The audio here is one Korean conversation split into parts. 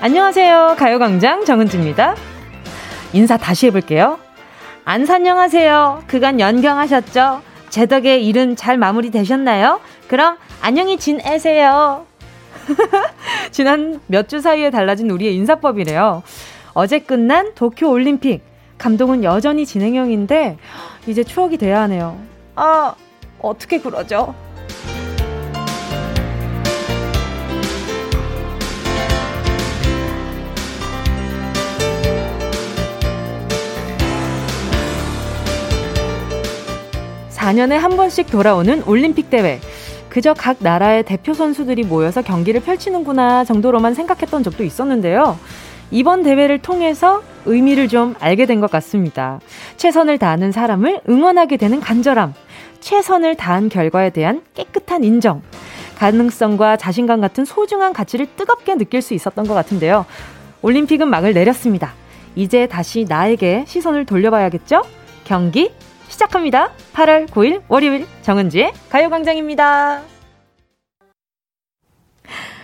안녕하세요. 가요광장 정은지입니다. 인사 다시 해볼게요. 안산녕하세요. 그간 연경하셨죠? 제 덕에 일은 잘 마무리 되셨나요? 그럼 안녕히 지내세요. 지난 몇 주 사이에 달라진 우리의 인사법이래요. 어제 끝난 도쿄 올림픽. 감독은 여전히 진행형인데, 이제 추억이 돼야 하네요. 아, 어떻게 그러죠? 사년에한 번씩 돌아오는 올림픽 대회. 그저 각 나라의 대표 선수들이 모여서 경기를 펼치는구나 정도로만 생각했던 적도 있었는데요. 이번 대회를 통해서 의미를 좀 알게 된 것 같습니다. 최선을 다하는 사람을 응원하게 되는 간절함, 최선을 다한 결과에 대한 깨끗한 인정, 가능성과 자신감 같은 소중한 가치를 뜨겁게 느낄 수 있었던 것 같은데요. 올림픽은 막을 내렸습니다. 이제 다시 나에게 시선을 돌려봐야겠죠? 경기 시작합니다. 8월 9일 월요일 정은지의 가요광장입니다.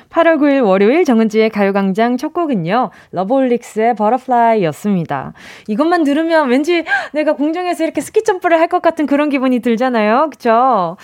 8월 9일 월요일 정은지의 가요광장 첫 곡은요. 러브홀릭스의 버터플라이였습니다. 이것만 들으면 왠지 내가 공중에서 이렇게 스키 점프를 할 것 같은 그런 기분이 들잖아요. 그쵸?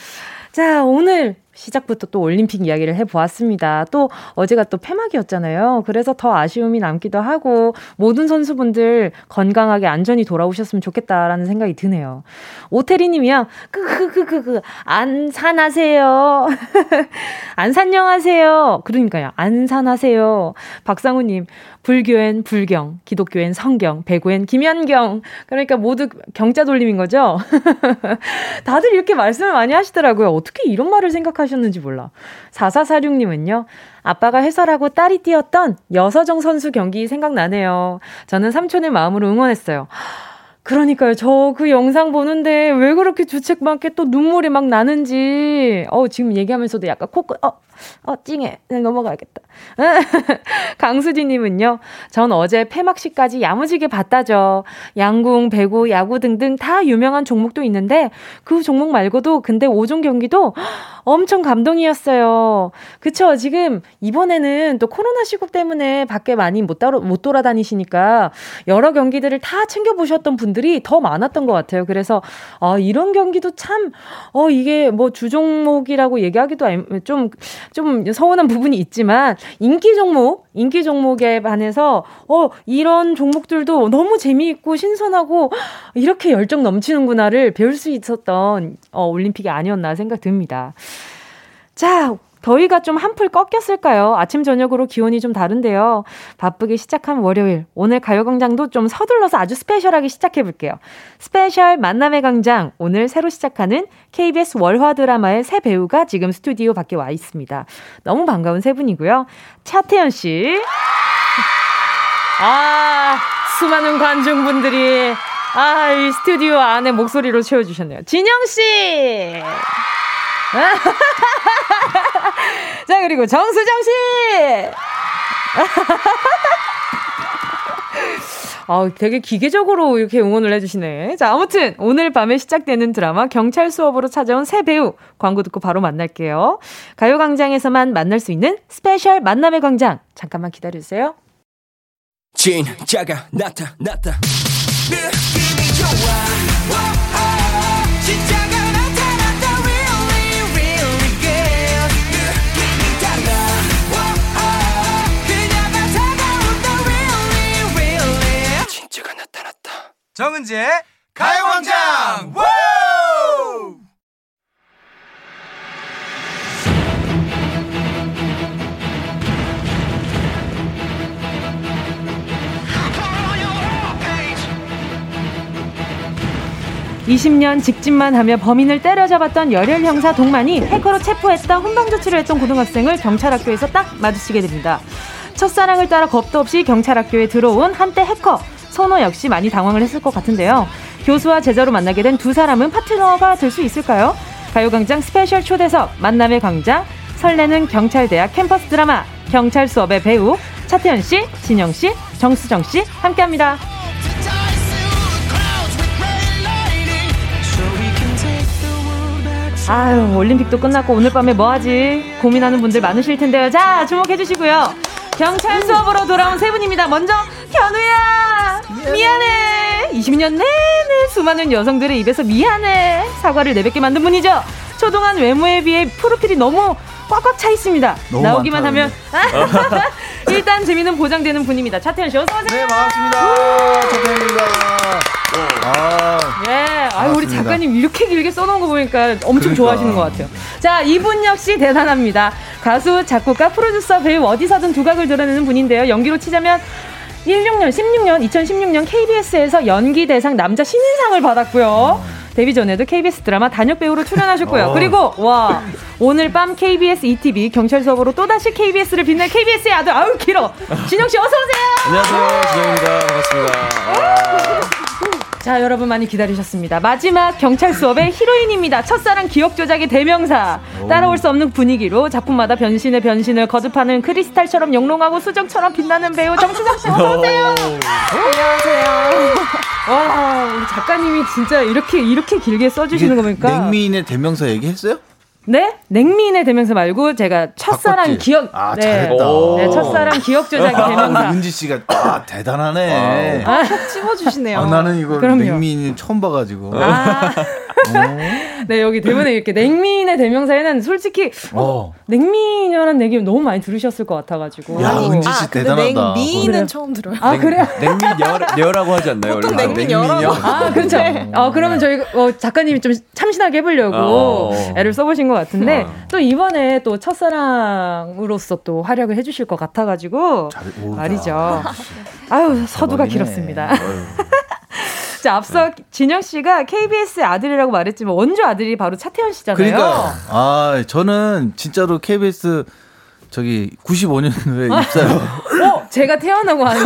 자, 오늘 시작부터 또 올림픽 이야기를 해보았습니다. 또 어제가 또 폐막이었잖아요. 그래서 더 아쉬움이 남기도 하고 모든 선수분들 건강하게 안전히 돌아오셨으면 좋겠다라는 생각이 드네요. 오태리님이요. 그, 크크크크크 안산하세요. 안산녕하세요. 그러니까요. 안산하세요. 박상우님 불교엔 불경, 기독교엔 성경, 배구엔 김연경. 그러니까 모두 경자 돌림인 거죠. 다들 이렇게 말씀을 많이 하시더라고요. 어떻게 이런 말을 생각하셨는지 몰라. 4446님은요. 아빠가 해설하고 딸이 뛰었던 여서정 선수 경기 생각나네요. 저는 삼촌의 마음으로 응원했어요. 그러니까요. 저 그 영상 보는데 왜 그렇게 주책 많게 또 눈물이 막 나는지. 어, 지금 얘기하면서도 약간 코, 끄- 어, 어, 찡해. 그냥 넘어가야겠다. 강수진님은요, 전 어제 폐막식까지 야무지게 봤다죠. 양궁, 배구, 야구 등등 다 유명한 종목도 있는데, 그 종목 말고도 근데 5종 경기도 엄청 감동이었어요. 그쵸. 지금 이번에는 또 코로나 시국 때문에 밖에 많이 못, 따로, 못 돌아다니시니까 여러 경기들을 다 챙겨보셨던 분들이 더 많았던 것 같아요. 그래서, 아, 이런 경기도 참, 어, 이게 뭐 주종목이라고 얘기하기도 애매- 좀, 좀 서운한 부분이 있지만, 인기 종목, 인기 종목에 반해서, 어, 이런 종목들도 너무 재미있고 신선하고, 이렇게 열정 넘치는구나를 배울 수 있었던, 어, 올림픽이 아니었나 생각 듭니다. 자, 더위가 좀 한풀 꺾였을까요? 아침, 저녁으로 기온이 좀 다른데요. 바쁘게 시작한 월요일. 오늘 가요광장도 좀 서둘러서 아주 스페셜하게 시작해볼게요. 스페셜 만남의 광장. 오늘 새로 시작하는 KBS 월화 드라마의 새 배우가 지금 스튜디오 밖에 와 있습니다. 너무 반가운 세 분이고요. 차태현 씨. 아, 수많은 관중분들이. 아, 이 스튜디오 안에 목소리로 채워주셨네요. 진영 씨! 자, 그리고 정수정 씨! 아, 되게 기계적으로 이렇게 응원을 해주시네. 자, 아무튼 오늘 밤에 시작되는 드라마 경찰 수업으로 찾아온 새 배우 광고 듣고 바로 만날게요. 가요광장에서만 만날 수 있는 스페셜 만남의 광장 잠깐만 기다려주세요. 진짜가 나타났다 느낌이 네, 좋아 워어 진짜가 나타났다 really really good 느낌이 달라 워어 그녀가 다가온다 really really 진짜가 나타났다 정은지의 가요광장 on your homepage 20년 직진만 하며 범인을 때려잡았던 열혈 형사 동만이 해커로 체포했다 훈방 조치를 했던 고등학생을 경찰학교에서 딱 마주치게 됩니다. 첫사랑을 따라 겁도 없이 경찰학교에 들어온 한때 해커 선호 역시 많이 당황을 했을 것 같은데요. 교수와 제자로 만나게 된 두 사람은 파트너가 될 수 있을까요? 가요광장 스페셜 초대석 만남의 광장 설레는 경찰대학 캠퍼스 드라마 경찰 수업의 배우 차태현 씨, 진영 씨, 정수정 씨 함께합니다. to dice through the clouds with red lightning so we can take the world back 아, 아유 올림픽도 끝났고 오늘 밤에 뭐하지 고민하는 분들 많으실 텐데요 자 주목해 주시고요 경찰 수업으로 돌아온 세 분입니다. 먼저 견우야 미안해. 20년 내내 수많은 여성들의 입에서 미안해 사과를 내뱉게 만든 분이죠. 초동한 외모에 비해 프로필이 너무 꽉꽉 차 있습니다. 너무 나오기만 많다, 하면 일단 재미는 보장되는 분입니다. 차태현 씨 어서 오세요. 네, 반갑습니다. 차태현입니다. 아, 예, 아유 우리 반갑습니다. 작가님 이렇게 길게 써놓은 거 보니까 엄청 그러니까. 좋아하시는 것 같아요. 자, 이분 역시 대단합니다. 가수, 작곡가, 프로듀서, 배우 어디서든 두각을 드러내는 분인데요. 연기로 치자면 16년, 16년, 2016년 KBS에서 연기 대상 남자 신인상을 받았고요. 데뷔 전에도 KBS 드라마 단역 배우로 출연하셨고요. 어. 그리고 와 오늘 밤 KBS ETV 경찰 수업으로 또다시 KBS를 빛낼 KBS의 아들 아우 길어 진영 씨 어서 오세요. 안녕하세요. 지정입니다. 아, 반갑습니다. 자, 여러분 많이 기다리셨습니다. 마지막 경찰 수업의 히로인입니다. 첫사랑 기억 조작의 대명사. 따라올 수 없는 분위기로 작품마다 변신의 변신을 거듭하는 크리스탈처럼 영롱하고 수정처럼 빛나는 배우 정수정 씨 어서 오세요. 안녕하세요. 와, 우리 작가님이 진짜 이렇게 이렇게 길게 써주시는 거 보니까 냉미인의 대명사 얘기했어요? 네 냉미인의 대명사 말고 제가 첫사랑 바꿨지? 기억 아, 네. 잘했다. 네, 첫사랑 기억 조작의 아, 대명사. 은지 씨가 아, 대단하네. 아, 찝어주시네요. 나는 이거 그럼요. 냉미인 처음 봐가지고. 아. 네 여기 대본에 이렇게 냉미인의 대명사에는 솔직히 어. 냉미녀란 얘기 너무 많이 들으셨을 것 같아가지고. 야, 아이고. 은지 씨 대단하다. 냉미는 그래요? 처음 들어요. 아 그래요? 냉미녀 라고 하지 않나요? 보통 원래? 냉미 열어요. 아 그렇죠. 어 그러면 저희 어, 작가님이 좀 참신하게 해보려고 어. 애를 써보신 것 같은데 어. 또 이번에 또 첫사랑으로서 또 활약을 해주실 것 같아가지고 잘- 오, 말이죠. 아유 서두가 대박이네. 네. 길었습니다. 어휴. 자 앞서 진영 씨가 KBS 아들이라고 말했지만 원조 아들이 바로 차태현 씨잖아요. 그러니까 아 저는 진짜로 KBS 저기 95년도에 입사요. 어 제가 태어나고 한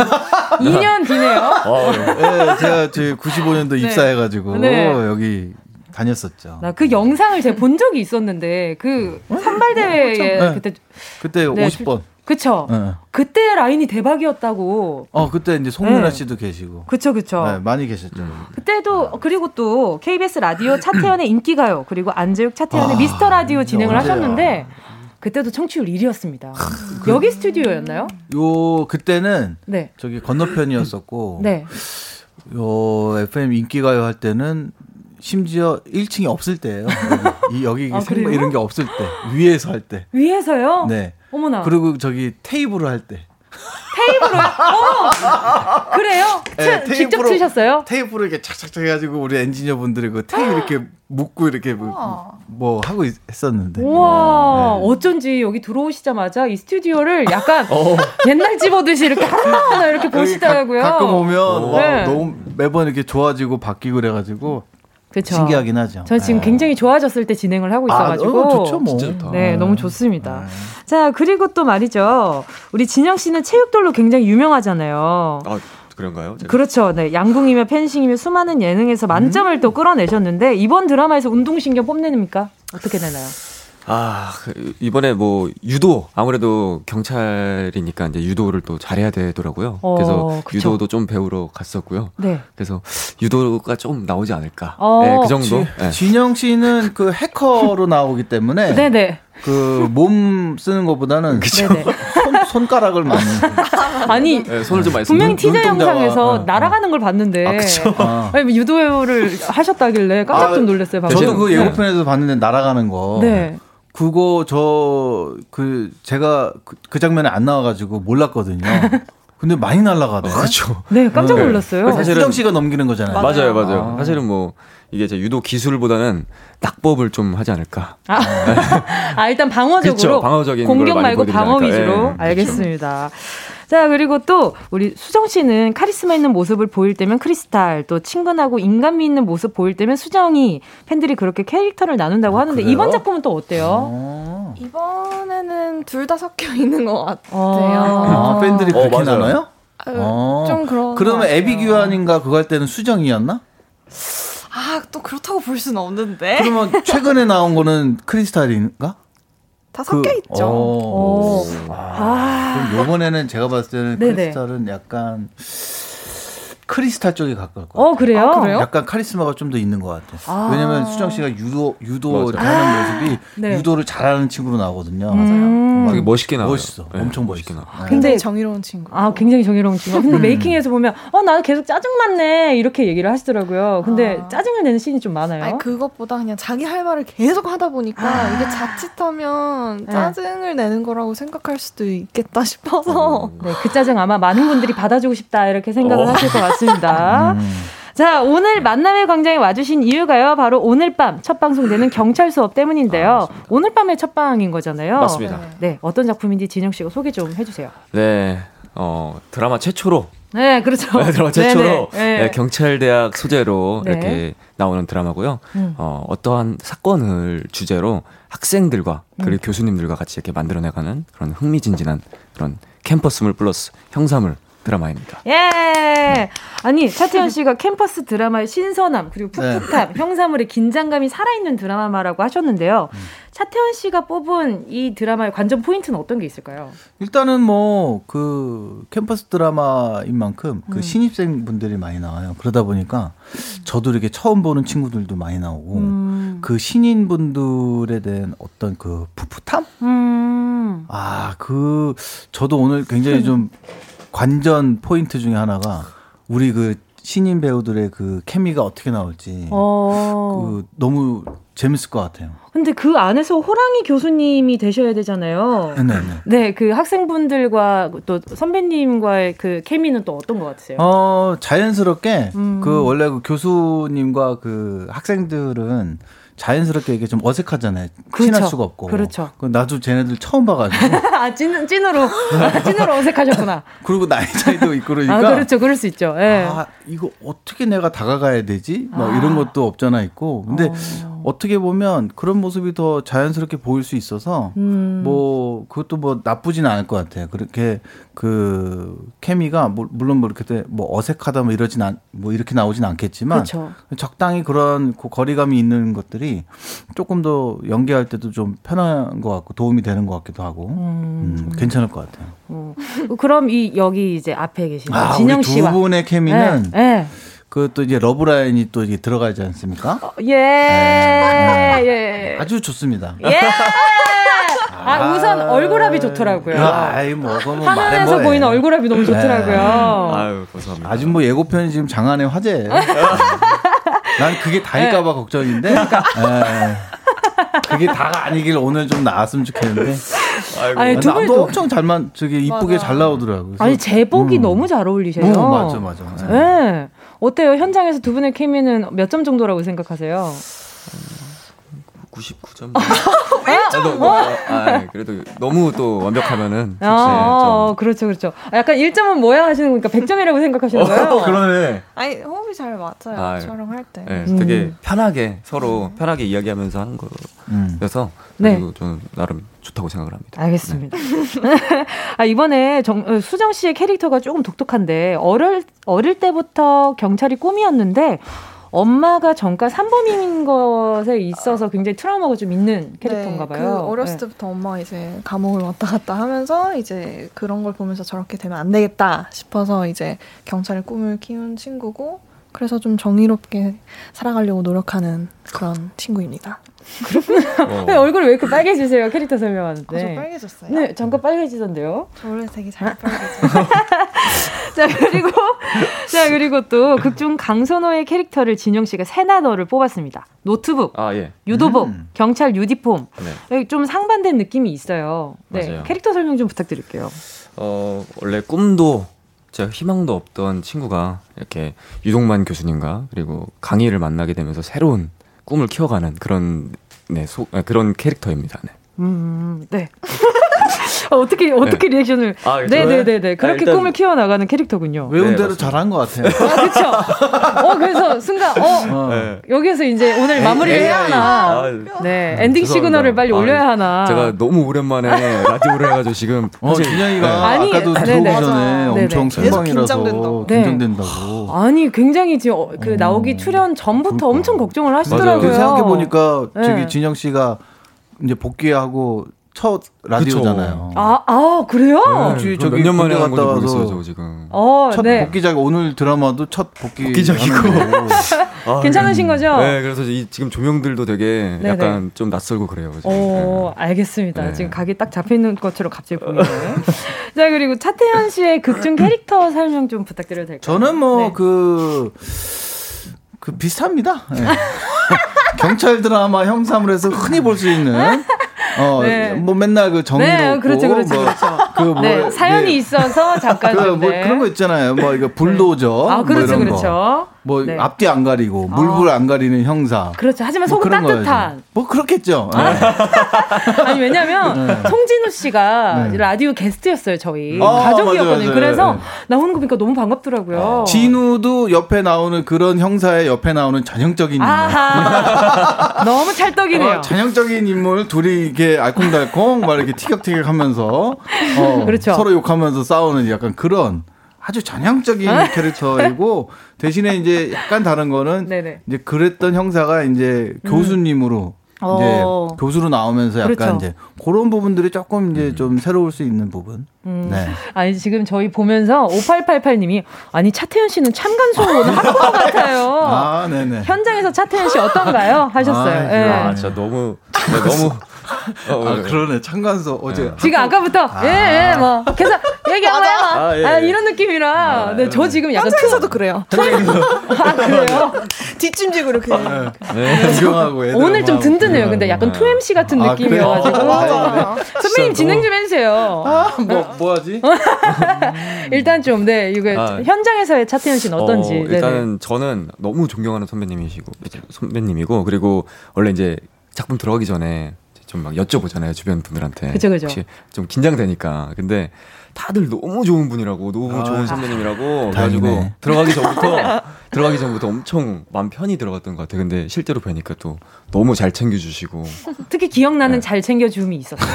2년 뒤네요. 어, 예, 제가 저 95년도 입사해가지고 네. 여기 다녔었죠. 나 그 영상을 제가 본 적이 있었는데 그 어? 선발 대회에 네. 그때 그때 네, 50번. 그쵸. 예. 그때 라인이 대박이었다고. 어 그때 이제 송윤아 네. 음. 씨도 계시고 그쵸 그쵸. 네, 많이 계셨죠. 그때도 그리고 또 KBS 라디오 차태현의 인기가요. 그리고 안재욱 차태현의 아, 미스터 라디오 진행을 맞아요. 하셨는데 그때도 청취율 1위였습니다. 그 여기 스튜디오였나요? 요 그때는 네. 저기 건너편이었었고 네. 요 FM 인기가요 할 때는 심지어 1층이 없을 때예요. 여기, 이- 여기 아, 생- 그래요? 이런 게 없을 때 위에서 할 때. 위에서요? 네. 어머나. 그리고 저기 테이블을 할 때. 테이블로 어머. 그래요? 네, 트- 직접 테이프로- 치셨어요? 테이프를 이렇게 착착착 해가지고 우리 엔지니어 분들이 그 테이프 이렇게 묶고 이렇게 뭐, 뭐 하고 있- 했었는데. 우와, 네. 어쩐지 여기 들어오시자마자 이 스튜디오를 약간 옛날 집어듯이 이렇게 하나하나 이렇게 보시더라고요. 어. 가, 끔 오면 와, 네. 너무 매번 이렇게 좋아지고 바뀌고 그래가지고 그쵸. 신기하긴 하죠. 전 지금 네. 굉장히 좋아졌을 때 진행을 하고 있어가지고. 아, 어, 좋죠 뭐. 네, 너무 좋습니다. 자, 그리고 또 말이죠. 우리 진영 씨는 체육돌로 굉장히 유명하잖아요. 아, 그런가요? 제가? 그렇죠. 네. 양궁이며 펜싱이며 수많은 예능에서 만점을 또 끌어내셨는데 이번 드라마에서 운동신경 뽐내니까 어떻게 되나요? 아, 그 이번에 뭐 유도 아무래도 경찰이니까 이제 유도를 또 잘해야 되더라고요. 어, 그래서 그쵸. 유도도 좀 배우러 갔었고요. 네. 그래서 유도가 좀 나오지 않을까. 어. 네, 그 정도. 네. 진영 씨는 그 해커로 나오기 때문에 네네. 그 몸 쓰는 것보다는 네네. 손, 손가락을 많이. 네, 아니, 네, 손을 좀 많이 써. 분명히 눈- 티저 눈동자와, 영상에서 어, 날아가는 걸 봤는데. 아. 아니, 뭐 유도를 하셨다길래 깜짝 좀 놀랐어요, 방금. 저도 그 네. 예고편에서 봤는데 날아가는 거. 네. 그거 저 그 제가 그, 그 장면에 안 나와가지고 몰랐거든요. 근데 많이 날아가네. 그렇죠. 네, 깜짝 놀랐어요. 사실- 수정 씨가 넘기는 거잖아요. 맞아요, 맞아요. 사실은 뭐 이게 제 유도 기술보다는 낙법을 좀 하지 않을까. 아, 아, 일단 방어적으로 그쵸, 방어적인 공격 걸 많이 말고 방어 보여드리지 않을까. 위주로 예, 그쵸. 알겠습니다. 자 그리고 또 우리 수정 씨는 카리스마 있는 모습을 보일 때면 크리스탈, 또 친근하고 인간미 있는 모습 보일 때면 수정이 팬들이 그렇게 캐릭터를 아, 나눈다고 하는데 그래요? 이번 작품은 또 어때요? 어. 이번에는 둘 다 섞여 있는 것 어. 같아요. 아, 팬들이 어, 그렇게 맞아요. 나눠요? 아, 어. 좀 그런. 그러면 것 같아요. 애비 교환인가 그거 할 때는 수정이었나? 아, 또 그렇다고 볼 수는 없는데. 그러면 최근에 나온 거는 크리스탈인가? 다 그- 섞여 있죠. 어. 오. 아. 그럼 요번에는 제가 봤을 때는 네네. 크리스탈은 약간 크리스탈 쪽에 가까울 것 같아요. 어, 그래요? 아, 그래요? 약간 카리스마가 좀 더 있는 것 같아. 아. 요 왜냐면 수정 씨가 유도 유도 맞아. 이렇게 하는 모습이 네. 유도를 잘하는 친구로 나오거든요. 아, 음. 아, 되게 멋있게 나와요. 멋있어. 엄청 멋있어. 나와. 네. 근데 굉장히 정의로운 친구. 아, 굉장히 정의로운 친구. 음. 근데 메이킹에서 보면, 어, 나 계속 짜증났네. 이렇게 얘기를 하시더라고요. 근데 아. 짜증을 내는 씬이 좀 많아요. 아. 아니 그것보다 그냥 자기 할 말을 계속 하다 보니까 이게 자칫하면 네. 짜증을 내는 거라고 생각할 수도 있겠다 싶어서 네, 그 짜증 아마 많은 분들이 받아주고 싶다. 이렇게 생각을 어. 하실 것 같습니다. 음. 자, 오늘 만남의 광장에 와주신 이유가요. 바로 오늘 밤 첫 방송되는 경찰 수업 때문인데요. 오늘 밤의 첫 방인 거잖아요. 맞습니다. 네, 어떤 작품인지 진영 씨가 소개 좀 해주세요. 네, 어 드라마 최초로 네, 그렇죠. 드라마 최초로 네, 네. 네, 경찰대학 소재로 네. 이렇게 나오는 드라마고요. 음. 어, 어떠한 사건을 주제로 학생들과 음. 그리고 교수님들과 같이 이렇게 만들어내가는 그런 흥미진진한 그런 캠퍼스물 플러스 형사물 드라마입니다. 예. 아니 차태현 씨가 캠퍼스 드라마의 신선함 그리고 풋풋함, 형사물의 긴장감이 살아있는 드라마라고 하셨는데요. 차태현 씨가 뽑은 이 드라마의 관전 포인트는 어떤 게 있을까요? 일단은 뭐 그 캠퍼스 드라마인 만큼 음. 그 신입생 분들이 많이 나와요. 그러다 보니까 저도 이렇게 처음 보는 친구들도 많이 나오고 음. 그 신인 분들에 대한 어떤 그 풋풋함? 음. 아, 그 저도 오늘 굉장히 좀 관전 포인트 중에 하나가 우리 그 신인 배우들의 그 케미가 어떻게 나올지 어. 그 너무 재밌을 것 같아요. 근데 그 안에서 호랑이 교수님이 되셔야 되잖아요. 네, 네. 네. 네, 그 학생분들과 또 선배님과의 그 케미는 또 어떤 것 같으세요? 어 자연스럽게 음. 그 원래 그 교수님과 그 학생들은 자연스럽게 이게 좀 어색하잖아요. 친할 그렇죠. 수가 없고. 그렇죠. 그 나도 쟤네들 처음 봐가지고 아, 찐, 찐으로, 찐으로 어색하셨구나. 그리고 나이 차이도 있고 그러니까. 아, 그렇죠. 그럴 수 있죠. 예. 아, 이거 어떻게 내가 다가가야 되지? 뭐 이런 것도 없잖아 있고. 근데 어. 떻게 보면 그런 모습이 더 자연스럽게 보일 수 있어서 음. 뭐 그것도 뭐 나쁘진 않을 것 같아요. 그렇게 그 케미가 뭐- 물론 뭐 이렇게 뭐 어색하다 뭐 이러진 않 뭐 이렇게 나오진 않겠지만 그렇죠. 적당히 그런 그 거리감이 있는 것들이 조금 더 연기할 때도 좀 편한 것 같고 도움이 되는 것 같기도 하고 음, 괜찮을 것 같아요. 어. 그럼 이 여기 이제 앞에 계신 아, 진영 우리 두 씨와 분의 케미는 예. 예. 그 또 이제 러브라인이 또 이게 들어가지 않습니까? 어, 예. 예. 아. 아주 좋습니다. 예. 아, 우선 얼굴합이 좋더라고요. 아이 뭐 그거 뭐 말해 화면에서 뭐해. 네. 보이는 얼굴합이 너무 좋더라고요. 아유 감사합니다. 아주 뭐 예고편이 지금 장안의 화제예요. 난 그게 다일까봐 네. 걱정인데. 그러니까. 예. 그게 다가 아니길 오늘 좀 나왔으면 좋겠는데. 아니, 두 나도 분도 엄청 잘만 저기 이쁘게 잘 나오더라고요. 아니 제복이 음. 너무 잘 어울리세요. 어, 맞아 맞아. 예. 예. 어때요? 현장에서 두 분의 케미는 몇 점 정도라고 생각하세요? 99점. 아, 어? 너무- 아, 그래도 너무 또 완벽하면은 아, 어, 그렇죠, 그렇죠. 아, 약간 1점은 뭐야 하시는 거니까 100점이라고 네, 어, 생각하시는 거예요? 어, 그러네. 아니 호흡이 잘 맞아요 아유. 촬영할 때. 네, 음. 되게 편하게 서로 편하게 이야기하면서 하는 음. 거여서 네. 그리고 저는 나름 좋다고 생각을 합니다. 알겠습니다. 아, 이번에 정, 어, 수정 씨의 캐릭터가 조금 독특한데, 어릴, 어릴 때부터 경찰이 꿈이었는데, 엄마가 정가 산범인 것에 있어서 굉장히 트라우마가 좀 있는 캐릭터인가 봐요. 네, 그 어렸을 때부터 엄마가 이제 감옥을 왔다 갔다 하면서 이제 그런 걸 보면서 저렇게 되면 안 되겠다 싶어서 이제 경찰의 꿈을 키운 친구고 그래서 좀 정의롭게 살아가려고 노력하는 그런 친구입니다. 어. 네. 네, 얼굴이 왜 이렇게 빨개지세요? 캐릭터 설명하는데. 아, 저 빨개졌어요. 네, 아, 잠깐 빨개지던데요. 저 원래 되게 잘 빨개져요. 자 그리고 자 그리고 또 극중 강선호의 캐릭터를 진영 씨가 세나더를 뽑았습니다. 노트북, 아 예. 유도복, 음. 경찰 유니폼 네. 여기 좀 상반된 느낌이 있어요. 네, 맞아요. 캐릭터 설명 좀 부탁드릴게요. 어, 원래 꿈도 진짜 희망도 없던 친구가 이렇게 유동만 교수님과 그리고 강희를 만나게 되면서 새로운 꿈을 키워가는 그런 네, 소, 아, 그런 캐릭터입니다. 네. 음, 네. 어, 어떻게 어떻게 리액션을? 아, 예, 네, 저요? 네, 네, 네. 아, 그렇게 일단- 꿈을 키워 나가는 캐릭터군요. 외운 네, 대로 맞습니다. 잘한 것 같아요. 아, 그렇죠. 어, 그래서 순간 어 어. 여기에서 이제 오늘 마무리를 해야 하나. 아, 네, 엔딩 음, 죄송합니다. 시그널을 빨리 아, 올려야 하나. 제가 너무 오랜만에 라디오를 해가지고 지금 어, 준영이가 아니, 아까도 네네. 들어오기 맞아. 전에 엄청 네네. 계속 생방이라서 긴장된다고. 네. 긴장된다고. 아니 굉장히 지금 어, 그 어. 나오기 출연 전부터 그러니까. 그 엄청 걱정을 맞아요. 하시더라고요. 생각해 보니까 네. 저기 진영 씨가 이제 복귀하고 첫 라디오잖아요. 아, 아, 그래요? 혹시 어, 저기 몇년 만에 군대 한 건지 갔다 와서 모르겠어요, 저 지금. 어, 네. 첫 네. 복귀작 오늘 드라마도 첫 복귀 복귀작이고. 하는 거고. 예. 아, 괜찮으신 거죠? 네, 그래서 이, 지금 조명들도 되게 네네. 약간 좀 낯설고 그래요. 지금. 오, 어, 알겠습니다. 네. 지금 각이 딱 잡혀 있는 것처럼 갑자기 보이네요. 자, 그리고 차태현 씨의 극중 캐릭터 설명 좀 부탁드려도 될까요? 저는 네. 뭐 그 그 비슷합니다. 예. 경찰 드라마 형사물에서 흔히 볼 수 있는 어, 네. 뭐 맨날 그 정의롭고 네, 그렇죠, 그렇죠, 뭐 그렇죠. 그 뭐, 네, 사연이 네. 있어서 잠깐 그, 좀, 뭐 네. 그런 거 있잖아요. 뭐 이거 불도저, 아, 뭐 그렇죠, 이런 거. 그렇죠. 뭐 네. 앞뒤 안 가리고 물불 안 가리는 형사. 그렇죠. 하지만 뭐 속은 그런 따뜻한. 아, 거예요. 뭐 그렇겠죠. 예. 아니 왜냐면 송진우 씨가 네. 라디오 게스트였어요 저희 아, 가족이었거든요. 맞아요, 맞아요. 그래서 네. 나오는 거 보니까 너무 반갑더라고요. 진우도 옆에 나오는 그런 형사의 옆에 나오는 전형적인 아, 인물. 아하 너무 찰떡이네요. 어, 전형적인 인물 둘이 이렇게 알콩달콩 막 이렇게 티격태격 하면서 어, 그렇죠. 서로 욕하면서 싸우는 약간 그런 아주 전형적인 캐릭터이고 대신에 이제 약간 다른 거는 네네. 음. 이제 그랬던 형사가 이제 교수님으로 이제 어. 교수로 나오면서 약간 그렇죠. 음. 이제 그런 부분들이 조금 이제 좀 새로울 수 있는 부분. 네. 아니 지금 저희 보면서 5888님이 아니 차태현 씨는 참간수 오늘 학부 같아요. 아, 네네. 현장에서 차태현 씨 어떤가요? 하셨어요. 아, 예. 아, 진짜 너무 네, 너무 어, 아, 네. 그러네. 참관서 어제 지금 아까부터 예예 뭐 계속 얘기하고요. 아, 아, 예, 예. 이런 느낌이라. 네, 저 지금 약간 현장에서도 그래요. 투... 아, 그래요. 뒷짐지고 이렇게. 아, 네. 구경하고 애들 오늘 좀 엄마하고 든든해요. 그래요. 근데 약간 2MC 같은 아, 느낌이어가지고. 그래요? 아, 선배님 진행 좀 해주세요. 아, 뭐, 뭐 하지? 어, 일단 좀, 네, 이거 아. 현장에서의 차태현 씨는 어떤지. 어, 네네. 일단은 저는 너무 존경하는 선배님이시고 선배님이고 그리고 원래 이제 작품 들어가기 전에 좀 막 여쭤보잖아요 주변 분들한테. 그죠, 그죠. 혹시 좀 긴장되니까. 근데 다들 너무 좋은 분이라고 너무 아, 좋은 선배님이라고 그래가지고 다행이네. 들어가기 전부터 들어가기 전부터 엄청 마음 편히 들어갔던 것 같아요. 근데 실제로 뵈니까 또 너무 잘 챙겨주시고 특히 기억나는 네. 잘 챙겨줌이 있었어요.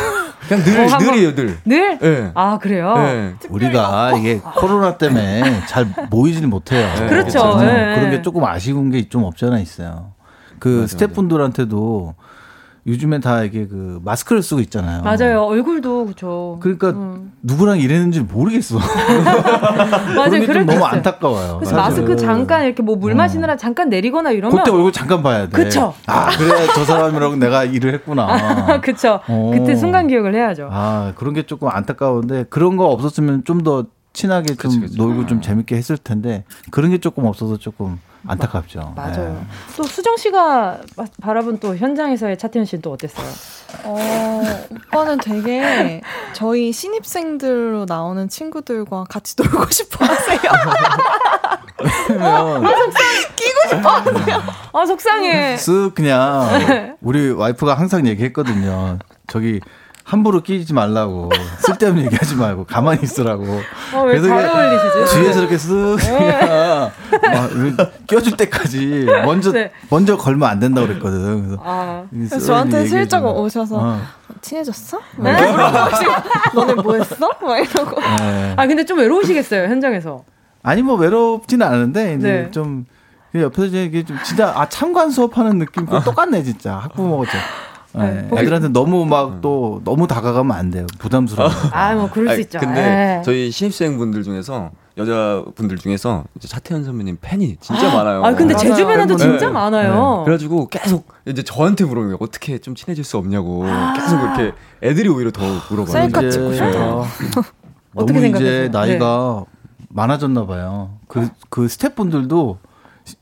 그냥 늘 어, 한번- 늘이에요 늘. 늘? 네. 예. 아, 그래요? 예. 우리가 이게 코로나 때문에 잘 모이지는 못해요. 네, 뭐. 그렇죠. 그래서 네. 그런 게 조금 아쉬운 게 좀 없잖아 있어요. 그 스태프분들한테도 요즘에 다 이게 그 마스크를 쓰고 있잖아요. 맞아요. 음. 얼굴도, 그쵸. 그러니까 누구랑 일했는지 모르겠어. 맞아요. 그런 게 좀 그럴 너무 때 있어요. 안타까워요. 그래서 사실은. 마스크 잠깐 이렇게 뭐 물 마시느라 잠깐 내리거나 이러면. 그때 얼굴 잠깐 봐야 돼. 그쵸. 아 그래 저 사람이랑 내가 일을 했구나. 그쵸. 어. 그때 순간 기억을 해야죠. 아 그런 게 조금 안타까운데 그런 거 없었으면 좀 더 친하게 좀 그치, 음. 그치. 놀고 좀 재밌게 했을 텐데 그런 게 조금 없어서 조금 안타깝죠. 맞아요. 네. 또 수정 씨가 바- 바라본 또 현장에서의 차태현 씨는 또 어땠어요? 어, 오빠는 되게 저희 신입생들로 나오는 친구들과 같이 놀고 싶어 하세요. 아, 그러면 아, 속상해. 네. 쓱 그냥 우리 와이프가 항상 얘기했거든요. 저기 함부로 끼지 말라고 쓸데없는 얘기하지 말고 가만히 있으라고. 어, 왜 잘 그냥 어울리시지? 뒤에서 이렇게 쓱 그냥 막 이렇게 껴줄 때까지 먼저 네. 먼저 걸면 안 된다 고 그랬거든. 그래서 아. 이렇게 쓱 저한테 얘기해주면. 슬쩍 오셔서 어, 친해졌어? 네? 막 이러고 너네 뭐 했어? 막 이러고. 네. 아, 근데 좀 외로우시겠어요, 현장에서. 아니 뭐 외롭지는 않은데 이제 네. 좀그 옆에서 이제 이게 좀 진짜 아 참관 수업하는 느낌 그 똑같네 진짜 학부모죠. 네. 뭐 애들한테 너무 막 또 너무 다가가면 안 돼요. 부담스러워. 아, 뭐, 그럴 수 아니, 있죠. 근데 예. 저희 신입생분들 중에서 여자분들 중에서 이제 차태현 선배님 팬이 진짜 많아요. 아, 근데 제 맞아요. 주변에도 팬분들. 진짜 네. 많아요. 그래가지고 계속 이제 저한테 물어요. 어떻게 좀 친해질 수 없냐고 아. 계속 이렇게 애들이 오히려 더 네, 물어봐요. 셀카 이제 찍고 싶다. 너무 어떻게 생각하세요? 네. 이제 나이가 많아졌나 봐요. 그, 그 스태프분들도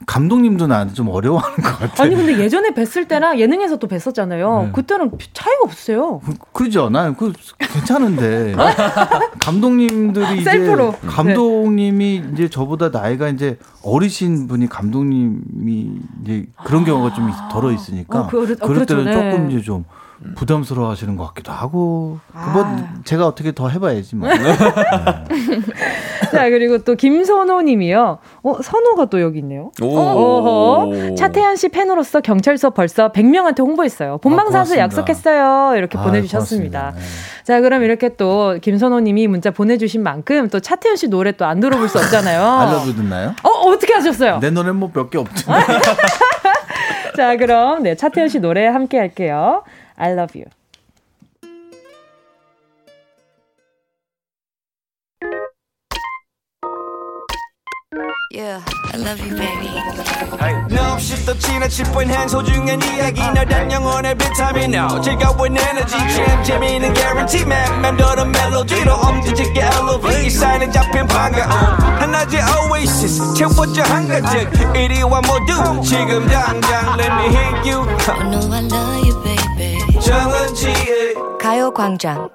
감독님도 나한테 좀 어려워하는 것 같아. 아니 근데 예전에 뵀을 때랑 예능에서 또 뵀었잖아요. 그때는 비- 차이가 없어요. 그- 그러죠. 난 그, 괜찮은데. 감독님들이 이제 셀프로. 감독님이 이제 저보다 나이가 이제 어리신 분이 감독님이 이제 그런 경우가 좀 있- 덜어 있으니까 어, 그 어르- 어, 그럴 그렇죠. 때는 네. 조금 이제 좀 부담스러워 하시는 것 같기도 하고 아. 그뭐 제가 어떻게 더 해봐야지 뭐. 자 그리고 또 김선호님이요. 어 선호가 또 여기 있네요. 오. 어, 어허. 차태현 씨 팬으로서 경찰서 벌써 100명한테 홍보했어요. 본방사수 고맙습니다. 약속했어요. 이렇게 아, 보내주셨습니다. 고맙습니다. 네. 자 그럼 이렇게 또 김선호님이 문자 보내주신 만큼 또 차태현 씨 노래 또 안 들어볼 수 없잖아요. 네. 알러뷰 듣나요? 어 어떻게 하셨어요? 내 노래 뭐몇 개 없던데. 자 그럼 네 차태현 씨 노래 함께 할게요. I love you. Yeah, I love you, baby. 너 없이 또 지나칠 뻔한 소중한 이야기 너란 영혼의 비타민 O 즐거운 에너지 참 재미있는 guarantee 맘 맴도는 멜로디로 엄지짓게 elevate 이 사인에 잡힌 반가움 하나의 oasis 채워져 한가득 이리와 모두 지금 당장 let me hit you I know I love you, baby. 정은지의 가요광장.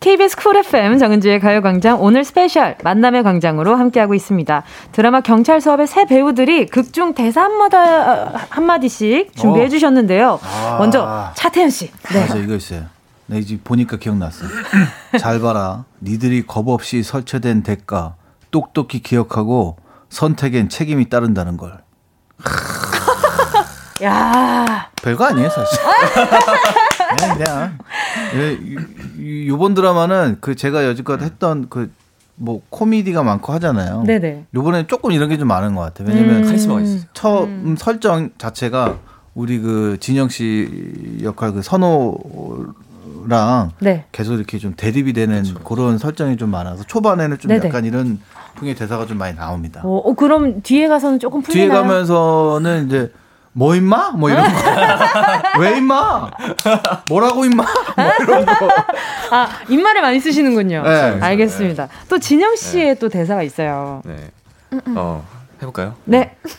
KBS 쿨 FM 정은지의 가요광장 오늘 스페셜 만남의 광장으로 함께하고 있습니다. 드라마 경찰 수업의 새 배우들이 극중 대사 한마다 한마디씩 준비해 어. 주셨는데요. 아. 먼저 차태현 씨. 네. 맞아 이거 있어요. 나 이제 보니까 기억났어. 잘 봐라. 니들이 겁 없이 설치된 대가 똑똑히 기억하고 선택엔 책임이 따른다는 걸. 야. 별거 아니에요 사실. 네, 그냥, 그냥. 예, 이- 이- 요번 드라마는 그 제가 여지껏 했던 그 뭐 코미디가 많고 하잖아요. 네네. 음. 요번에 조금 이런 게 좀 많은 것 같아요. 왜냐면 카리스마가 있어요. 처음 설정 자체가 우리 그 진영 씨 역할 그 선호랑 네. 계속 이렇게 좀 대립이 되는 그런 설정이 좀 많아서 초반에는 좀 네네. 약간 이런 풍의 대사가 좀 많이 나옵니다. 어, 어, 그럼 뒤에 가서는 조금 뒤에 풀리나요? 가면서는 이제 뭐 임마? 뭐 이런 거. 왜 임마? 뭐라고 임마? 뭐 이런 거. 아, 입말을 많이 쓰시는군요. 네, 그렇죠. 알겠습니다. 또 진영 씨의 또 대사가 있어요. 네. 음, 어, 해볼까요? 네. 음.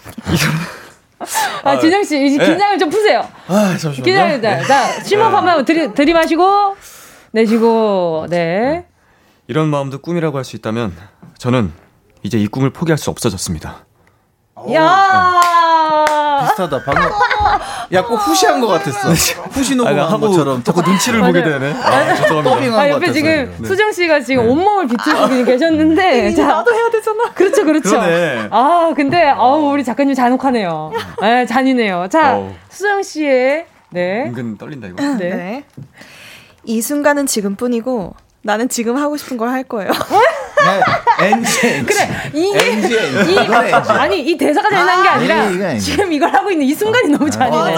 아, 진영 씨, 이제 네. 긴장을 좀 푸세요. 아, 잠시만요. 긴장을 자, 자, 심호흡 한번 들이, 들이마시고, 내쉬고, 네. 이런 마음도 꿈이라고 할 수 있다면 저는 이제 이 꿈을 포기할 수 없어졌습니다. 네. 야 비슷하다. 방금 야 꼭 후시한 것 같았어. 후시 아니, 녹음한 하고 것처럼 아, 자꾸 눈치를 보게 되네. 아, 죄송합니다. 더빙한 아, 것 옆에 같았어. 지금 네. 수정 씨가 지금 온몸을 비틀고 계셨는데. 자, 아, 나도 해야 되잖아. 그렇죠, 그렇죠. 그러네. 아, 근데, 어우, 우리 작가님 잔혹하네요. 네, 잔이네요. 자, 어우. 수정 씨의, 네. 은근 떨린다 이거. 네. 네. 이 순간은 지금뿐이고 나는 지금 하고 싶은 걸 할 거예요. 네, NG NG. 이게 NG 이, NG. 아니 이 대사가 잘난 게 아니라 네, 아, 이게 아니지. 지금 이걸 하고 있는 이 순간이 너무 잔인해.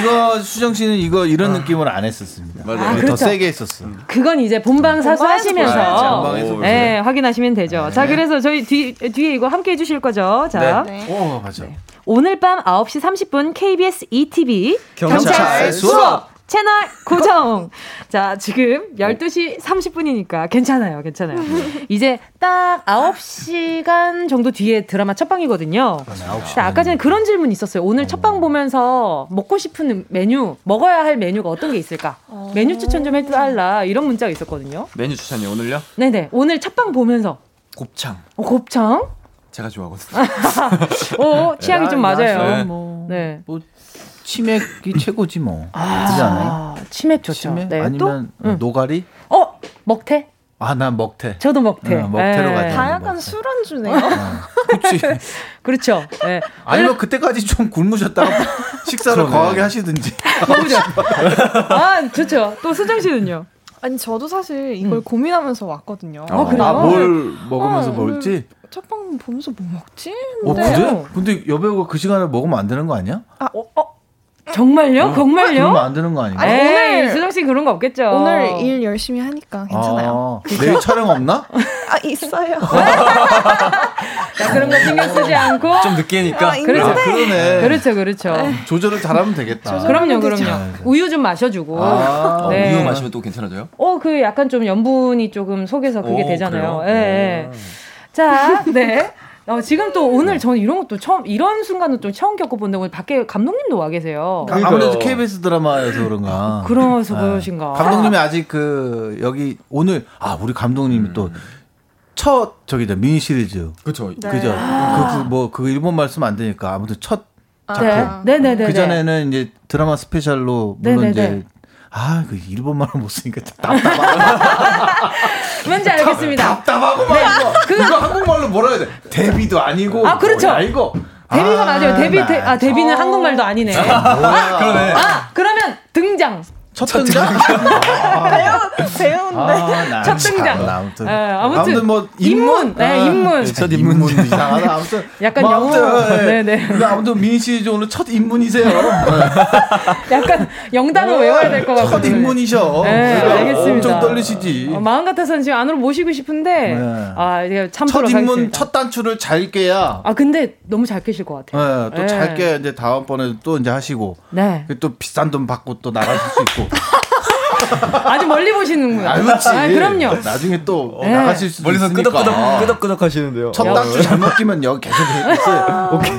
이거 수정 씨는 이거 이런 느낌을 안 했었습니다. 네, 맞아요. 아, 더 그렇죠. 세게 했었어. 그건 이제 본방 아, 사수하시면서 전방에서 오, 보세요. 네, 확인하시면 되죠. 자 그래서 저희 뒤, 뒤에 이거 함께 해주실 거죠. 자 네. 오 맞아. 오늘 밤 9시 30분 E KBS ETV 경찰 수업! 채널 고정. 자, 지금 12시 30분이니까 괜찮아요. 괜찮아요. 이제 딱 9시간 정도 뒤에 드라마 첫방이거든요. 네, 아홉 시 음. 자, 아까 전에 그런 질문이 있었어요. 오늘 첫방 보면서 먹고 싶은 메뉴, 먹어야 할 메뉴가 어떤 게 있을까? 메뉴 추천 좀 해달라. 이런 문자가 있었거든요. 메뉴 추천이 오늘요? 네네. 오늘 첫방 보면서 곱창. 어, 곱창? 제가 좋아하거든요. 어, 취향이 좀 맞아요. 네. 뭐. 네. 뭐 치맥이 최고지 뭐. 그렇지 않아요? 아, 치맥 좋죠. 치맥 네, 아니면 또? 응. 노가리? 어, 먹태? 아 난 먹태. 저도 먹태. 응, 먹태로 예. 가자. 다 약간 먹었어요. 술안주네요. 그치. 그렇죠. 예. 아니면 그때까지 좀 굶으셨다가 식사를 과하게 하시든지. 너무 좋아. 아, 좋죠. 또 수정 씨는요? 아니 저도 사실 이걸 고민하면서 왔거든요. 아, 그래요? 아, 뭘 먹으면서 어, 음. 먹을지? 첫방 보면서 뭐 먹지? 어, 네. 근데 그래? 근데 여배우가 그 시간에 먹으면 안 되는 거 아니야? 어, 정말요? 그러면 정말요? 안 되는 거 아니야? 아니, 에이, 오늘- 수정 씨 그런 거 없겠죠. 오늘 일 열심히 하니까 괜찮아요. 아, 내일 촬영 없나? 아 있어요. 자, 그런 거 신경 쓰지 않고. 좀 늦게니까. 아, 그렇죠. 아, 그러네. 그렇죠, 그렇죠. 조절을 잘하면 되겠다. 그럼요, 아, 그럼요. 네. 우유 좀 마셔주고. 아, 어, 네. 우유 마시면 또 괜찮아져요? 어, 그 약간 좀 연분이 조금 속에서 그게 오, 되잖아요. 그래요? 음. 예, 예. 자, 네. 어, 지금 또 오늘 저는 이런 것도 처음, 이런 순간은 좀 처음 겪어본데 오늘 밖에 감독님도 와 계세요. 아, 아무래도 KBS 드라마여서 그런가. 그러면서 아, 그러신가. 감독님이 아직 그 여기 오늘 아 우리 감독님이 또 첫 저기다 미니 시리즈 그렇죠. 그죠? 그 뭐 그 일본 말씀 안 되니까 아무튼 첫 작품. 네, 네, 네, 네. 그 전에는 이제 드라마 스페셜로 물론 네, 네, 네. 이제 아 그 일본 말을 못 쓰니까 답답 뭔지 알겠습니다. 답답하고 막 이거 이거 한국말로 뭐라 해야 돼? 데뷔도 아니고 네. 그- 아, 그렇죠. 뭐야, 이거 데뷔가 아, 네. 어. 맞아요. 데뷔, 데, 아, 나 데뷔는 한국말도 아니네. 뭐야. 아, 그러면 등장. 첫 등장? 배우인데. 아, 첫 등장. 나 아무튼. 예, 아무튼 뭐 입문. 네, 아, 입문. 첫 입문 이상하다. 아무튼 약간 뭐 영어. 아무튼, 예. 네네. 근데 아무튼 민희 씨 이제 오늘 첫 입문이세요. 약간 영단어 외워야 될 것 같아요. 첫 입문이셔. 네, 그러니까 알겠습니다. 엄청 떨리시지. 어, 마음 같아서는 지금 안으로 모시고 싶은데 네. 아 이게 첫 참도록 입문 하겠습니다. 첫 단추를 잘 깨야. 아 근데 너무 잘 깨실 것 같아요. 예, 예. 또잘 깨야 이제 다음번에 또 이제 하시고. 네. 그 또 비싼 돈 받고 또 나가실 수 있고. 아주 멀리 보시는구나. 알겠지. 아, 그럼요. 나중에 또 네. 나가실 수도 멀리서 있으니까. 끄덕끄덕 끄덕끄덕 하시는데요. 첫 야. 단추 잘못 끼면 여기 계속 있어요. 오케이.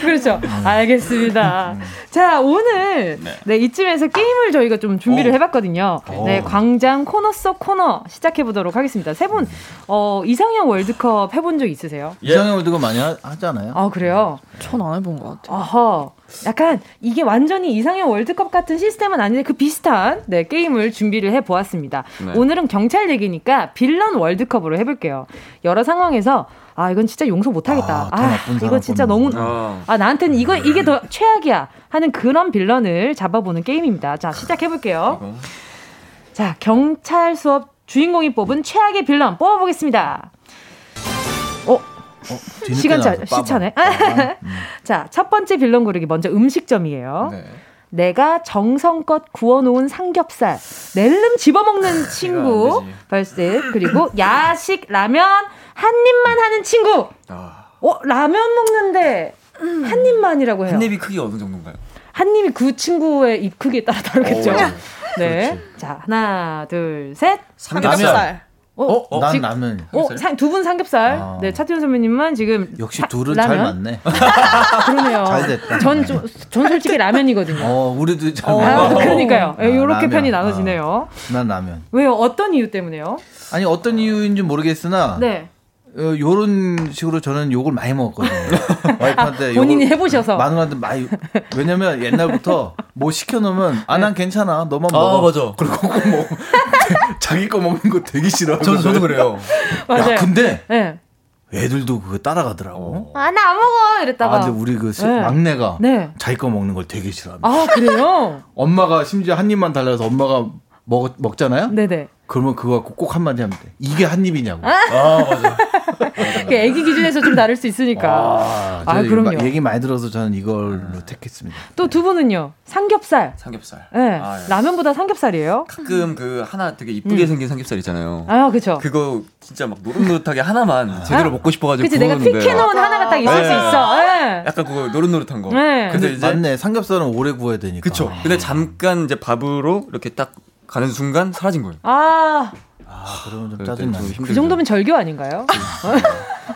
그렇죠. 알겠습니다. 자, 오늘 네. 이쯤에서 게임을 저희가 좀 준비를 오. 해봤거든요. 오. 네, 광장 코너 속 코너 시작해보도록 하겠습니다. 세 분, 어, 이상형 월드컵 해본 적 있으세요? 예. 이상형을 두고 많이 하, 하잖아요. 아, 그래요? 전 안 해본 것 같아요. 어허. 약간 이게 완전히 이상형 월드컵 같은 시스템은 아닌데 그 비슷한 네, 게임을 준비를 해 보았습니다. 네. 오늘은 경찰 얘기니까 빌런 월드컵으로 해 볼게요. 여러 상황에서 아, 이건 진짜 용서 못 하겠다. 아, 더 나쁜 어. 사람 이거 진짜 너무 아. 아, 나한테는 이거 이게 더 최악이야 하는 그런 빌런을 잡아보는 게임입니다. 자, 시작해 볼게요. 자, 경찰 수업 주인공이 뽑은 최악의 빌런 뽑아 보겠습니다. 어, 어, 뒤늦게 시간 차, 나와서 시차네. 빠밤. 자, 첫 번째 빌런 고르기 먼저 음식점이에요. 네. 내가 정성껏 구워놓은 삼겹살, 낼름 아, 집어먹는 친구, 벌스, 그리고 야식, 라면, 한 입만 하는 친구. 아. 어, 라면 먹는데 한 입만이라고 해요. 한 입이 크기 어느 정도인가요? 한 입이 그 친구의 입 크기에 따라 다르겠죠. 어, 오, 네. 자, 하나, 둘, 셋. 아, 삼겹살. 어, 어, 난 지금- 라면. 어, 두 분 삼겹살. 아. 네, 차태현 선배님만 지금 역시 사- 둘은 잘 라면? 아, 맞네. 그러네요. 잘 됐다. 전, 좀- 전 솔직히 라면이거든요. 어, 우리도 잘 아, 맞네. 그러니까요. 아, 이렇게 라면. 아. 편이 나눠지네요. 난 라면. 왜요? 어떤 이유 때문에요? 아니 어떤 이유인지 모르겠으나 네. 어, 요런 식으로 저는 욕을 많이 먹었거든요. 와이프한테 아, 본인이 욕을 해보셔서. 마누라한테 많이 왜냐면 옛날부터 뭐 시켜놓으면 아 네. 난 괜찮아 너만 먹어. 맞아. 그리고 꼭 먹. 자기 거 먹는 거 되게 싫어. 저도 저도 그래요. 맞아요. 야 근데 네. 애들도 그거 따라가더라고. 아, 나 안 먹어! 아 이랬다가. 근데 우리 그 세- 네. 막내가 네. 자기 거 먹는 걸 되게 싫어합니다. 아, 그래요? 엄마가 심지어 한 입만 달라서 엄마가 먹 먹잖아요. 네네. 그러면 그거 갖고 꼭 한마디 하면 돼. 이게 한 입이냐고. 아, 그 애기 기준에서 좀 다를 수 있으니까. 아, 아, 저 이거 그럼요. 얘기 많이 들어서 저는 이걸로 택했습니다. 또 두 분은요? 삼겹살. 삼겹살. 예. 네. 아, 예. 라면보다 삼겹살이에요? 가끔 그 하나 되게 이쁘게 생긴 삼겹살 있잖아요. 음. 아, 그쵸. 그, 그거 진짜 막 노릇노릇하게 하나만 제대로 먹고 싶어가지고 그치, 내가 구웠는데 튀키놓은 하나가 딱 있을 네. 수 있어. 예. 약간 그거 노릇노릇한 거. 네. 아. 근데 이제 맞네. 삼겹살은 오래 구워야 되니까. 그쵸. 근데 잠깐 이제 밥으로 이렇게 딱 가는 순간 사라진 거예요. 아, 아, 그러면 좀 그때 짜증나. 좀 힘들죠. 그 정도면 절교 아닌가요?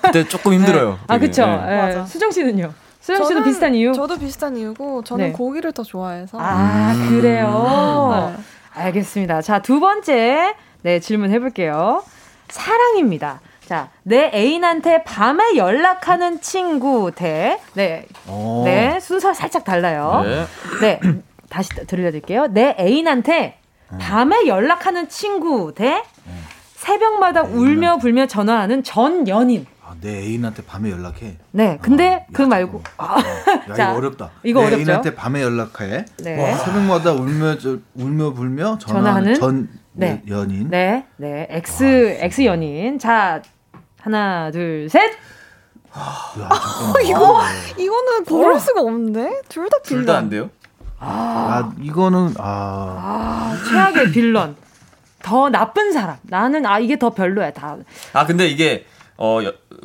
그때 조금 힘들어요. 아, 되게. 그쵸. 예. 네. 맞아. 수정 씨는요? 수정 씨도 저는- 비슷한 이유? 저도 비슷한 이유고 저는 네. 고기를 더 좋아해서. 아, 그래요? 네. 알겠습니다. 자, 두 번째 네, 질문 해볼게요. 사랑입니다. 자, 내 애인한테 밤에 연락하는 친구 대, 네, 어. 네, 순서 살짝 달라요. 네. 네, 다시 들려드릴게요. 내 애인한테 음. 밤에 연락하는 친구 대, 새벽마다 울며 불며 전화하는 전 연인. 아, 내 애인한테 밤에 연락해. 네, 근데 아, 그 야, 말고. 저거. 아, 어. 야, 자, 이거 어렵다. 이거 내 어렵죠? 애인한테 밤에 연락해. 네. 와, 새벽마다 울며 저- 울며 불며 전화하는? 전화하는 전 네. 여- 연인. 네, 네, X, 아, X 연인. 자, 하나, 둘, 셋. 야, 잠깐만. 이거 이거는 고를 수가 없는데 둘 다 둘 빌런. 다 안 돼요? 아, 이거는 아. 아, 최악의 빌런. 더 나쁜 사람. 나는 아 이게 더 별로야. 다. 아 근데 이게 어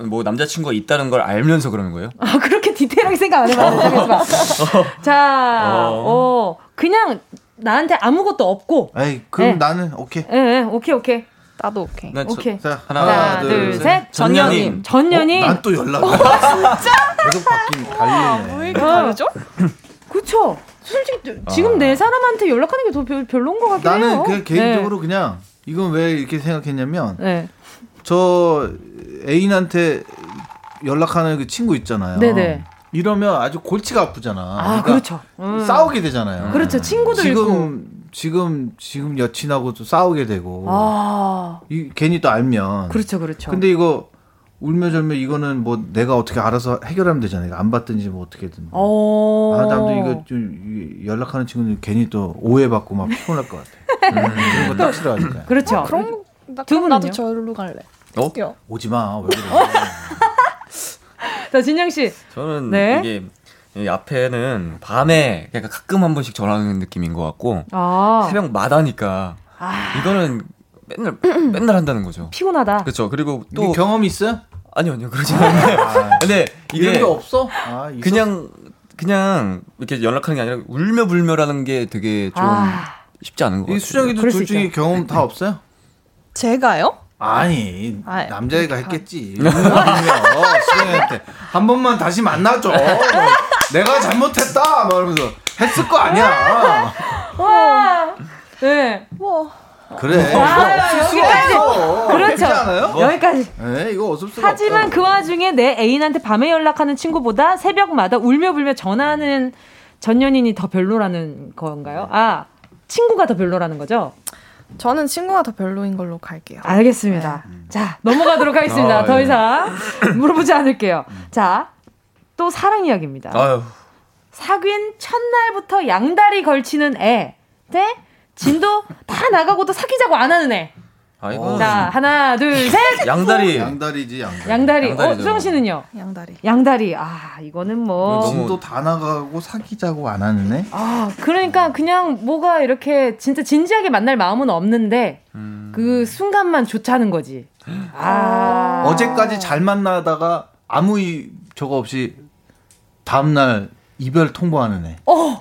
뭐 남자친구가 있다는 걸 알면서 그러는 거예요? 아 그렇게 디테일하게 생각 안 어. 해봤는데. 자, 어. 그냥 나한테 아무것도 없고. 에이, 그럼 네. 나는 오케이. 예, 예, 오케이, 오케이, 나도 오케이. 난 저- 아, 오케이. 자, 하나, 하나, 둘, 셋. 전연인. 어, 전연이. 어, 어, 난 또 연락. 아, 진짜? 계속 바뀐 왜 달리네. 이렇게 다르죠? 그쵸. 솔직히 지금 내 사람한테 연락하는 게 더 별론 것 같긴 해요. 아. 나는 그 네. 개인적으로 그냥 이건 왜 이렇게 생각했냐면 네. 저 애인한테 연락하는 그 친구 있잖아요. 네네. 이러면 아주 골치가 아프잖아. 아, 그러니까 그렇죠 음. 싸우게 되잖아요. 네. 그렇죠. 친구도 있고. 지금 지금 지금 여친하고 또 싸우게 되고 아, 이, 괜히 또 알면. 그렇죠, 그렇죠. 근데 이거 울며절며 이거는 뭐 내가 어떻게 알아서 해결하면 되잖아요. 이거 안 받든지 뭐 어떻게든. 어. 아, 나도 이거 좀 이- 연락하는 친구들 괜히 또 오해받고 막 피곤할 것 같아. 음, 이런 거딱 싫어하니까. 그렇죠. 그럼 나, 두 그럼 나도 분은요? 절로 갈래. 어? 요. 오지 마. 왜 그래? 자, 진영 씨. 저는 네. 이게 이 앞에는 밤에 그러니까 가끔 한 번씩 전화하는 느낌인 것 같고 아. 새벽마다니까 아, 이거는 맨날 맨날 한다는 거죠. 피곤하다. 그렇죠. 그리고 또 또 경험 있어요? 아니요 아니요 그러지 않은데 근데 이런 이게 게 없어? 아, 있어? 그냥 그냥 이렇게 연락하는 게 아니라 울며 불며라는 게 되게 좀 아. 쉽지 않은 것 이 같아요. 수정이도 그럴 수 둘 중에 있죠. 경험 다 없어요? 네. 제가요? 아니 그러니까. 아이, 남자애가 했겠지 수정이한테 한 번만 다시 만나줘 뭐, 내가 잘못했다 막 이러면서 했을 거 아니야 와. 네. 뭐 그래 아, 여기까지. 그렇지 그렇죠. 않아요? 여기까지. 에 네, 이거 어쩔 수가 하지만 없다고. 그 와중에 내 애인한테 밤에 연락하는 친구보다 새벽마다 울며 불며 전화하는 전 연인이 더 별로라는 건가요? 네. 아, 친구가 더 별로라는 거죠? 저는 친구가 더 별로인 걸로 갈게요. 알겠습니다. 네. 음. 자, 넘어가도록 하겠습니다. 아, 더 예. 음. 이상 물어보지 않을게요. 자, 또 사랑 이야기입니다. 아유 사귄 첫날부터 양다리 걸치는 애. 대 진도 다 나가고도 사귀자고 안 하는 애. 자, 아 어. 이거는 하나, 둘, 셋! 양다리 양다리지 그 양다리 양다리. 어, 양다리죠. 수정 씨는요? 양다리. 양다리. 아, 이거는 뭐. 너무- 진도 다 나가고 사귀자고 안 하는 애 아, 그러니까 그냥 뭐가 이렇게 진짜 진지하게 만날 마음은 없는데 그 순간만 좋다는 거지. 아. 어제까지 잘 만나다가 아무 이, 저거 없이 다음날 이별 통보하는 애 어!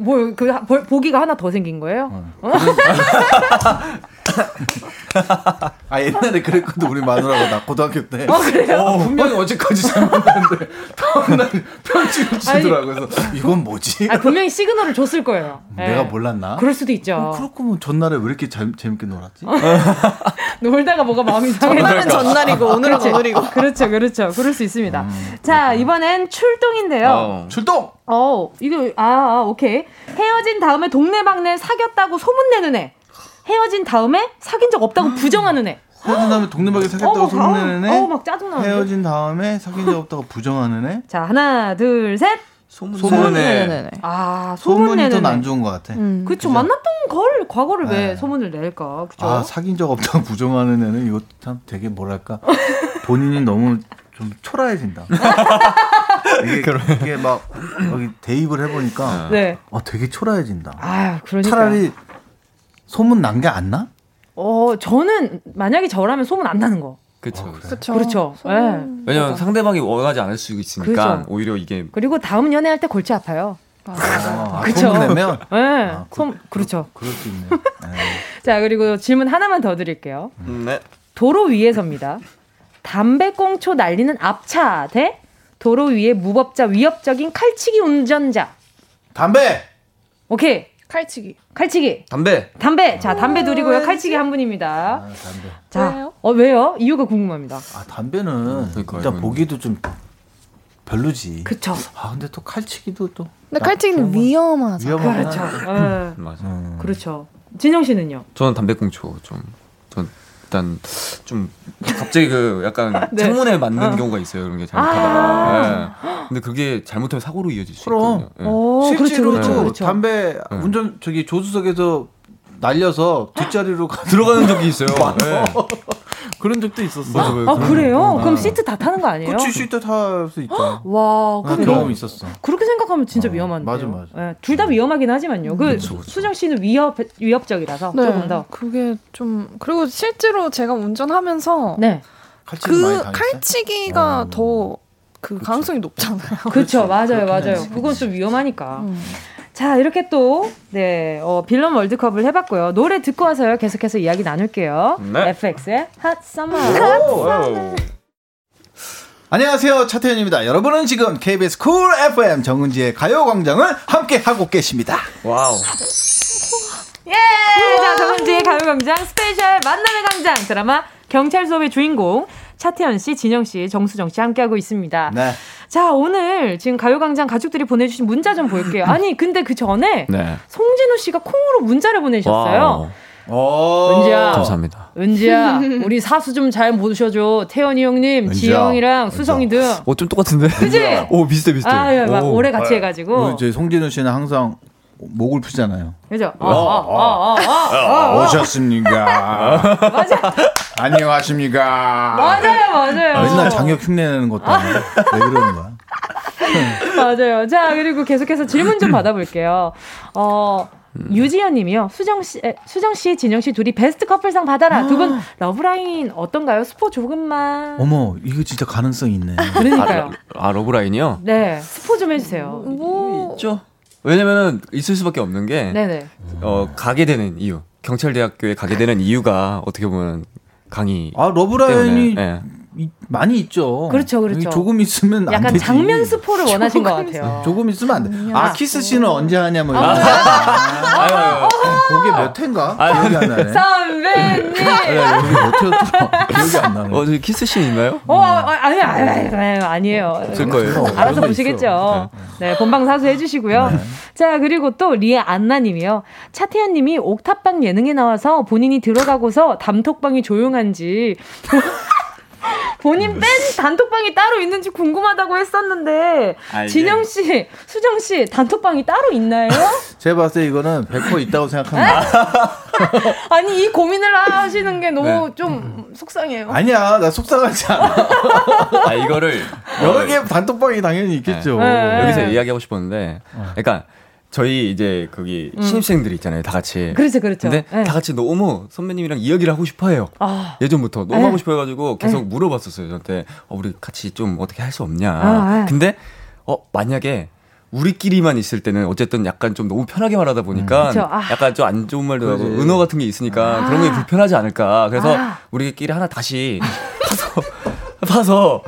뭐, 그, 하- 보- 보기가 하나 더 생긴 거예요? 아 옛날에 그랬거든 우리 마누라가 나 고등학교 때 어, 그래요? 어, 분명히 어제까지 잘 만났는데 다음날 편지를 주더라고 그래서 네. 이건 뭐지? 아, 분명히 시그널을 줬을 거예요. 내가 예. 몰랐나? 그럴 수도 있죠. 어, 그렇구면 전날에 왜 이렇게 잘, 재밌게 놀았지? 놀다가 뭐가 마음이 상해. 오늘은 전날이고 오늘은 그렇지. 오늘이고. 그렇죠, 그렇죠. 그럴 수 있습니다. 음, 자, 이번엔 출동인데요. 어. 출동! 어, 이거, 아, 아, 오케이. 헤어진 다음에 동네방네 사귀었다고 소문내는 애. 헤어진 다음에 사귄 적 없다고 부정하는 애. 헤어진 다음에 동네방에 사귀었다고 어우, 소문내는 어우, 애 막 짜증나는데. 헤어진 다음에 사귄 적 없다고 부정하는 애 자, 하나, 둘, 셋. 소문 소문에 네네네. 음. 아, 소문이 소문내는 더 안 애. 좋은 것 같아 그쵸, 만났던 걸, 과거를 왜 네. 소문을 낼까? 그쵸. 아 사귄 적 없다고 부정하는 애는 이거 참 되게 뭐랄까 본인이 너무 좀 초라해진다 이게, 이게 막 여기 대입을 해보니까 네. 아 되게 초라해진다 아유, 그러니까. 차라리 소문 난 게 안 나? 어, 저는 만약에 저라면 소문 안 나는 거. 어, 그렇죠. 그렇죠. 네. 그렇죠. 음. 예. 왜냐면 상대방이 원하지 않을 수 있으니까 그죠. 오히려 이게 그리고 다음 연애할 때 골치 아파요. 아, 그쵸. 소문 내면 예. 아, 그- 손, 그렇죠. 그럴 수 있네요. 자, 그리고 질문 하나만 더 드릴게요. 음, 네. 도로 위에서입니다. 담배꽁초 날리는 앞차 대 도로 위에 무법자 위협적인 칼치기 운전자. 담배. 오케이. 칼치기. 칼치기. 담배 담배. 자, 담배 둘이고요. 칼치기 한 분입니다. 아, 담배. 자, 왜요? 어 왜요? 이유가 궁금합니다. 아 담배는 그러니까 일단 이건- 보기도 좀 별로지. 그쵸. 아 근데 또 칼치기도 또. 근데 칼치기는 위험하죠. 위험한. 그렇죠. 예. 맞아. 네. 그렇죠. 진영 씨는요? 저는 담배꽁초 좀. 전 일단 좀 갑자기 그 약간 네. 창문에 맞는 경우가 있어요. 그런 게 잘못하다가. 예. 근데 그게 잘못하면 사고로 이어질 수 그럼. 있거든요. 예. 어, 네. 실제로 그렇죠. 그렇죠. 그렇죠. 담배 운전 저기 조수석에서 날려서 아, 뒷자리로 가 들어가는 그런 적이 있어요. 예. 그런 적도 있었어. 아, 그래요? 그럼 시트 다 타는 거 아니에요? 음. 아, 그치 시트 탈수 있죠. 와, 아, 그런 근데 경험 있었어. 그렇게 생각하면 진짜 어, 위험한데. 맞아, 맞아. 둘다 위험하긴 하지만요. 그 그쵸, 그쵸. 수정 씨는 위협 위협적이라서 네. 조금 더. 그게 좀 그리고 실제로 제가 운전하면서 네, 칼치기 많이 그 당했어. 칼치기가 음. 더 그 가능성이 높잖아요. 그렇죠, 맞아요, 그렇긴 맞아요. 하지. 그건 좀 위험하니까. 음. 자, 이렇게 또 네, 어, 빌런 월드컵을 해봤고요. 노래 듣고 와서요. 계속해서 이야기 나눌게요. 네. FX의 Hot Summer. 예. 안녕하세요 차태현입니다. 여러분은 지금 KBS 쿨 FM 정은지의 가요광장을 함께 하고 계십니다. 와우. 예! 자, 정은지의 가요광장 스페셜 만남의 광장 드라마 경찰 수업의 주인공 차태현 씨, 진영 씨, 정수정 씨 함께하고 있습니다. 네. 자, 오늘 지금 가요광장 가족들이 보내주신 문자 좀 볼게요. 아니, 근데 그 전에 네. 송진우 씨가 콩으로 문자를 보내셨어요. 은지야. 감사합니다. 은지야, 우리 사수 좀 잘 모셔줘. 태연이 형님, 은지야, 지영이랑 은지야. 수성이 등. 어, 좀 똑같은데? 그지? 오, 비슷해, 비슷해. 아, 예, 막 오. 오래 같이 해가지고. 우리 저희 어, 송진우 씨는 항상 목을 푸잖아요. 그죠? 어, 어, 어, 어, 어. 오셨습니까? 맞아. 안녕하십니까? 맞아요, 맞아요. 맨날 장혁 흉내내는 것도 아니고 왜 그러는 거야? 맞아요. 자, 그리고 계속해서 질문 좀 받아볼게요. 어, 유지연 님이요. 수정 씨, 에, 수정 씨, 진영 씨 둘이 베스트 커플상 받아라. 두 분 러브라인 어떤가요? 스포 조금만. 어머 이거 진짜 가능성이 있네. 그러니까요. 아, 러브라인이요? 네. 스포 좀 해주세요. 뭐, 있죠. 왜냐면은 있을 수밖에 없는 게 네네. 어, 가게 되는 이유. 경찰대학교에 가게 되는 이유가 어떻게 보면 강의 아 때문에. 러브라인이 예. 이- 많이 있죠. 그렇죠, 그렇죠. 조금 있으면 안 약간 되지. 네, 장면 스포를 원하신 것 같아요. 조금 있으면 안 돼. 아 키스 씬은 언제 하냐 뭐. 이런 아, 거. 뭐야? 아, 아유, 아유, 아유. 그게 몇 회인가? 아, 기억이 안 나네. 선배님. 그래, 네. 여기 몇 회였더라. 기억이 안 나네. 어, 저기 키스씬 있나요? 어, 아니, 아니, 아니, 아니, 아니에요. 없을 네. 거예요. 알아서 보시겠죠. 네, 본방 사수 해주시고요. 자, 그리고 또 리에 안나님이요. 차태현님이 옥탑방 예능에 나와서 본인이 들어가고서 담톡방이 조용한지. 본인 음. 뺀 단톡방이 따로 있는지 궁금하다고 했었는데 아, 이게- 진영 씨, 수정 씨 단톡방이 따로 있나요? 제가 봤을 때 이거는 100% 있다고 아. 생각합니다. 아니 이 고민을 하시는 게 너무 좀 속상해요. 아니야, 나 속상하지 않아. 아, 이거를 여러 개 단톡방이 당연히 있겠죠. 네. 여기서 이야기하고 싶었는데, 그러니까 저희 이제 거기 신입생들이 있잖아요, 다 같이. 그렇죠, 그렇죠. 근데 예. 다 같이 너무 선배님이랑 이야기를 하고 싶어해요. 아. 예전부터 너무 예. 하고 싶어해가지고 계속 물어봤었어요 저한테 어, 우리 같이 좀 어떻게 할 수 없냐. 아, 예. 근데 어 만약에 우리끼리만 있을 때는 어쨌든 약간 좀 너무 편하게 말하다 보니까 그쵸, 아. 약간 좀 안 좋은 말도 하고 그러지. 은어 같은 게 있으니까 그런 게 불편하지 않을까. 그래서 아. 우리끼리 하나 다시 파서 파서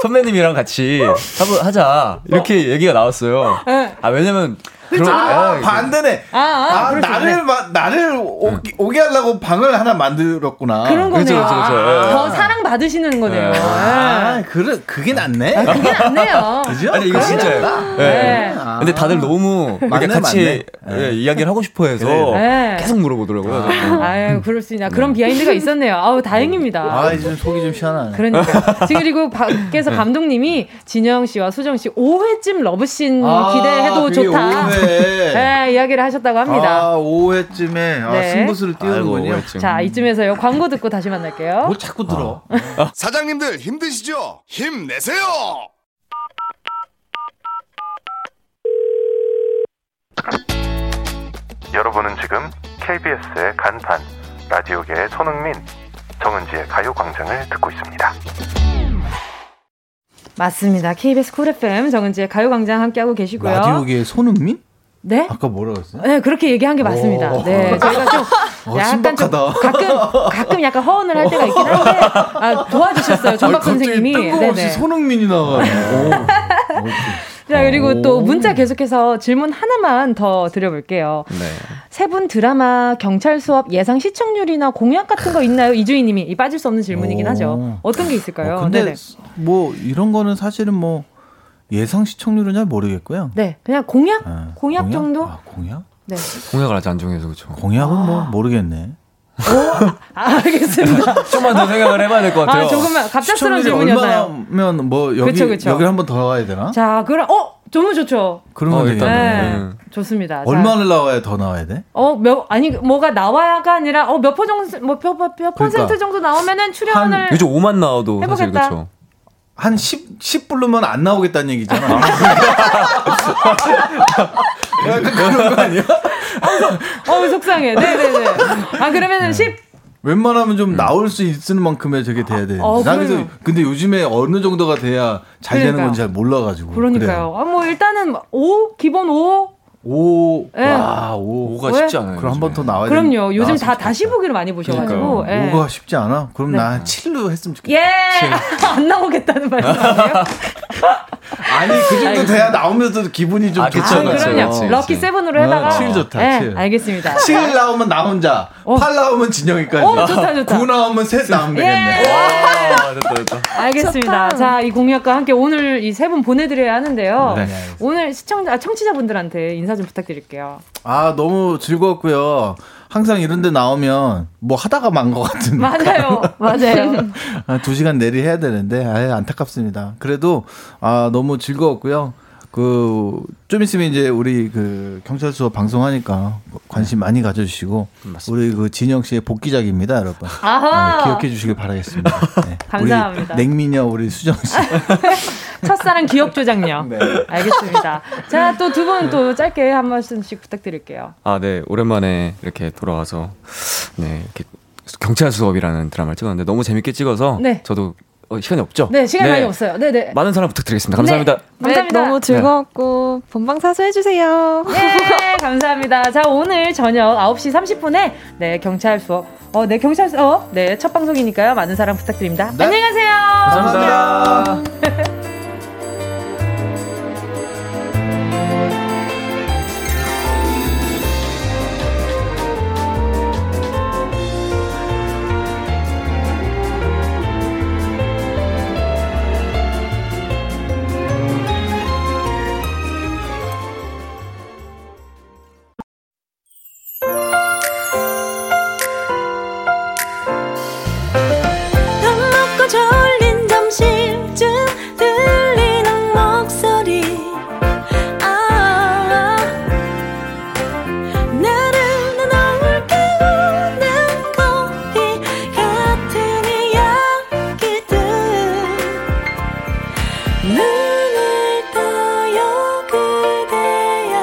선배님이랑 같이 한번 하자 이렇게 얘기가 나왔어요. 예. 아 왜냐면 그런- 아, 예, 반대네. 그렇죠. 아, 아, 아, 그렇죠. 나를 마- 나를 오, 오게 하려고 방을 하나 만들었구나. 그런 거네요. 그렇죠, 그렇죠, 그렇죠. 아, 예. 더 사랑 받으시는 거네요. 예. 예. 아, 그래 아, 그게 낫네. 그게 안 돼요. 그죠? 아니 이거 그게 진짜예요. 예. 낫다. 어. 네. 아. 근데 다들 너무 맞네, 이렇게 그러니까 같이 맞네. 예, 이야기를 하고 싶어해서 네. 계속 물어보더라고요. 저도. 아유, 그럴 수 있나. 그런 비하인드가 있었네요. 아우, 다행입니다. 아, 지금 속이 좀 시원하네. 그러니까. 지금 그리고 밖에서 감독님이 진영 씨와 수정 씨 5회쯤 러브씬 아, 음, 기대해도 그게 좋다. 오해. 네, 이야기를 하셨다고 합니다. 아, 5회쯤에 아, 네. 승부수를 아이고, 띄우는군요. 오해증. 자, 이쯤에서요. 광고 듣고 다시 만날게요. 뭐 자꾸 들어? 사장님들 힘드시죠? 힘내세요. 여러분은 지금 KBS의 간판 라디오계의 손흥민 정은지의 가요광장을 듣고 있습니다. 맞습니다. KBS 쿨 FM 정은지의 가요광장 함께하고 계시고요. 그 라디오계의 손흥민? 네? 아까 뭐라 그랬어요? 네, 그렇게 얘기한 게 맞습니다. 오. 네, 저희가 좀 어, 약간 좀 신박하다. 가끔 가끔 약간 허언을 할 때가 있긴 한데 아, 도와주셨어요 아니, 정박 갑자기 선생님이. 뜬금없이 손흥민이 나가요. 자 그리고 또 오. 문자 계속해서 질문 하나만 더 드려볼게요. 네. 세 분 드라마 경찰 수업 예상 시청률이나 공약 같은 거 있나요? 이주희님이 이 빠질 수 없는 질문이긴 오. 하죠. 어떤 게 있을까요? 어, 근데 네네. 뭐 이런 거는 사실은 뭐 예상 시청률은 잘 모르겠고요. 네, 그냥 공약 아, 공약 정도. 아, 공약? 네, 공약을 아직 안 정해서 그렇죠. 공약은 뭐 모르겠네. 아, 알겠습니다. 좀만 더 생각을 해봐야 될 것 같아요. 아 조금만 갑작스러운 시청률이 질문이었나요? 얼마면 뭐 여기 그쵸, 그쵸. 여기 한 번 더 나와야 되나? 자, 그럼 어 너무 좋죠. 그러면 어, 되겠네. 네, 음. 좋습니다. 자, 얼마를 나와야 더 나와야 돼? 어, 몇, 아니, 뭐가 나와야가 아니라, 어, 몇 퍼 정도, 뭐, 몇, 퍼- 몇 퍼센트 그러니까. 정도 나오면은 출연을. 요즘 5만 나와도 사실 해보겠다. 그렇죠. 한 10, 10 부르면 안 나오겠다는 얘기잖아. 약간 그런 거 아니야? 어우, 속상해. 네네네. 아, 그러면은 10. 웬만하면 음. 좀 나올 수 있을 만큼의 저게 돼야 돼. 어, 나 그래서 그래요. 근데 요즘에 어느 정도가 돼야 잘 되는 그러니까요. 건지 잘 몰라가지고. 그러니까요. 아, 뭐, 일단은 5? 기본 5? 오, 예. 네. 와, 오. 5가 왜? 쉽지 않아요. 그럼 한 번 더 네, 요즘에. 나와야 그럼요. 요즘 다 다시 보기를 많이 보셔가지고. 예. 어, 네. 오가 쉽지 않아? 그럼 나 7로 했으면 좋겠다. 예! 안 나오겠다는 말씀이에요? 아니, 그 정도 돼야 나오면서도 기분이 좀 아, 그쵸, 아, 좋잖아요. 그쵸, 예. 그럼요. 그치, 그치. 럭키 세븐으로 해다가. 아, 칠 좋다, 예, 칠. 알겠습니다. 7 나오면 나 혼자, 어. 8 나오면 진영이까지, 어, 좋다, 좋다. 9 나오면 셋 나오면 되겠네. 예! 아, 됐다, 됐다. 알겠습니다. 좋다. 자, 이 공약과 함께 오늘 이 세 분 보내드려야 하는데요. 네. 오늘 시청자, 아, 청취자분들한테 인사 좀 부탁드릴게요. 아, 너무 즐거웠고요. 항상 이런데 나오면 뭐 하다가 만 것 같은. 네. 맞아요. 맞아요. 아, 두 시간 내리 해야 되는데 아 안타깝습니다. 그래도 아 너무 즐거웠고요. 그 좀 있으면 이제 우리 그 경찰 수업 방송하니까 관심 많이 가져주시고 우리 그 진영 씨의 복귀작입니다, 여러분. 아하. 네, 기억해 주시길 바라겠습니다. 네. 감사합니다. 우리 냉미녀 우리 수정 씨. 첫사랑 기억 조작녀. 알겠습니다. 자, 또 두 분 또 짧게 한 말씀씩 부탁드릴게요. 아, 네. 오랜만에 이렇게 돌아와서 네, 이렇게 경찰 수업이라는 드라마를 찍었는데 너무 재밌게 찍어서 네. 저도 어, 시간이 없죠? 네, 시간 이 많이 없어요. 네, 네. 많은 사랑 부탁드리겠습니다. 감사합니다. 감사합니다. 네, 너무 즐거웠고 본방사수 해주세요. 네, 감사합니다. 자, 오늘 저녁 9시 30분에 네, 경찰 수업. 어, 네, 경찰 수업. 네, 첫 방송이니까요. 많은 사랑 부탁드립니다. 네. 안녕히 가세요. 감사합니다. 밥 먹고 졸린 점심쯤 들리는 목소리 아 나른한 너울 깨우는 거리 같은 이야기들 눈을 떠요 그대여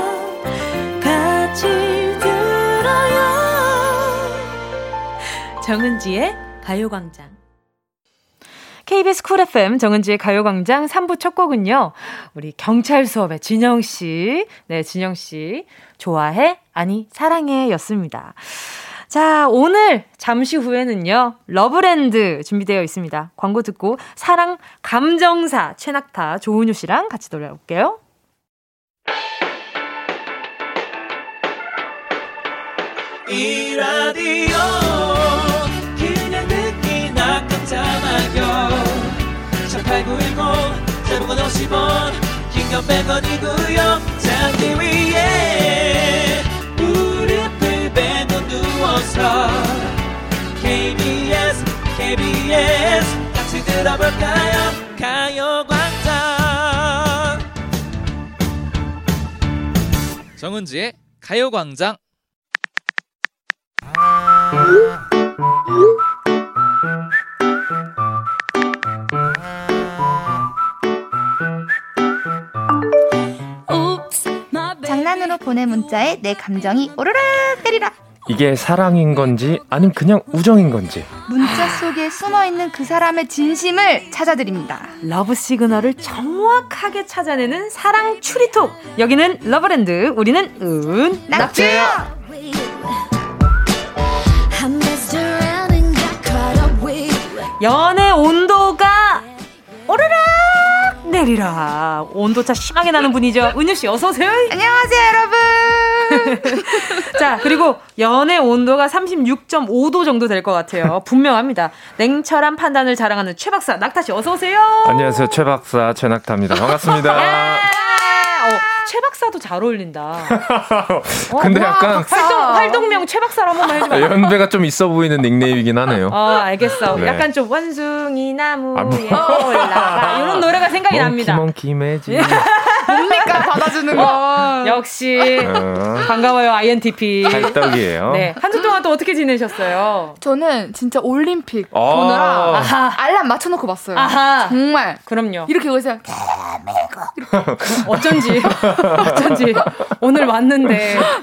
같이 들어요 정은지의 가요광장. KBS 쿨 FM 정은지의 가요광장 3부 첫 곡은요. 우리 경찰 수업의 진영 씨. 네, 진영 씨. 좋아해? 아니, 사랑해. 였습니다. 자, 오늘 잠시 후에는요. 러브랜드 준비되어 있습니다. 광고 듣고 사랑 감정사 최낙타 조은유 씨랑 같이 돌아올게요. 이 라디오 그냥 듣기나 깜짝마요 18910 대목원 50원 긴건 100원이구요 잠기 위에 무릎을 베고 누워서 KBS KBS 같이 들어볼까요 가요광장 정은지의 가요광장 장난으로 보낸 문자에 내 감정이 오르락 때리라. 이게 사랑인 건지 아님 그냥 우정인 건지 문자 속에 숨어 있는 그 사람의 진심을 찾아드립니다. 러브 시그널을 정확하게 찾아내는 사랑 추리톡. 여기는 러브랜드. 우리는 은 낙주요. I messed around and got caught up with 연애 온도가 오르락 내리락 온도차 심하게 나는 분이죠 은유 씨 어서 오세요 안녕하세요, 여러분. 자 그리고 연애 온도가 36.5도 정도 될 것 같아요 분명합니다 냉철한 판단을 자랑하는 최 박사 낙타 씨 어서 오세요 안녕하세요 최 박사 최낙타입니다 반갑습니다 아, 어, 최 박사도 잘 어울린다 근데 와, 약간 활동 활동명 최 박사로 한 번만 해줘봐 연배가 좀 있어 보이는 닉네임이긴 하네요 어 알겠어 네. 약간 좀 원숭이 나무에 아, 뭐. 올라가 이런 노래가 생각이 몽키 납니다 예. 몽키 매직 뭡니까 받아주는 거. 역시 어, 반가워요 INTP 어? 찰떡이에요 네. 한 주 동안 또 어떻게 지내셨어요? 저는 진짜 올림픽 아. 보느라 아하. 알람 맞춰놓고 봤어요. 아하. 정말 그럼요. 이렇게 그래서 어쩐지 어쩐지 오늘 왔는데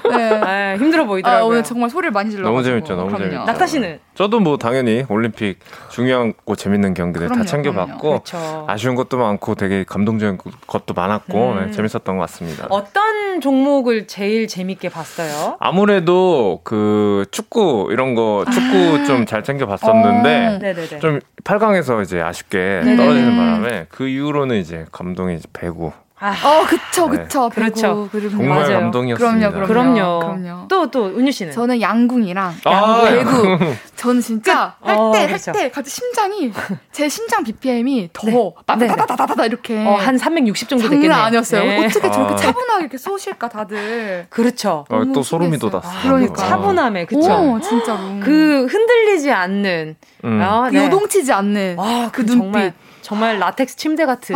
네. 아, 힘들어 아, 보이더라고요. 오늘 정말 소리를 많이 질러. 너무 재밌죠, 너무 재밌죠. 낙타 씨는 저도 뭐 당연히 올림픽 중요한 거 재밌는 경기들 다 그럼요, 어. 챙겨봤고 그렇죠. 아쉬운 것도 많고 되게 감동적인 것도 많았고 음. 네, 재밌었던 것 같습니다 어떤 종목을 제일 재밌게 봤어요? 아무래도 그 축구 이런 거 축구 좀 잘 챙겨봤었는데 어. 네네네. 좀 8강에서 이제 아쉽게 예, 네네. 떨어지는 바람에 그 이후로는 이제 감동이 이제 배구 어, 그쵸, 네. 그쵸. 배구, 아. 그렇죠. 그리고 정말 맞아요. 감동이었습니다. 그럼요, 그럼요. 그럼요. 네. 또, 또, 은유 씨는? 저는 양궁이랑 아, 양궁, 양궁. 배구. 저는 진짜 할 때 어, 할 때 그렇죠. 갑자기 심장이 제 심장 BPM이 더 따다다다다다 이렇게 네. 어, 한 360 정도 됐겠네요. 장난 아니었어요. 네. 어떻게 저렇게 아. 차분하게 이렇게 쏘실까 다들. 그렇죠. 어, 또 소름이 아. 돋았어. 그러니까. 차분함에, 그쵸? 오, 진짜로. 그 흔들리지 않는, 음. 어, 그 네. 요동치지 않는 그 눈빛. 아. 정말 정말 라텍스 침대 같은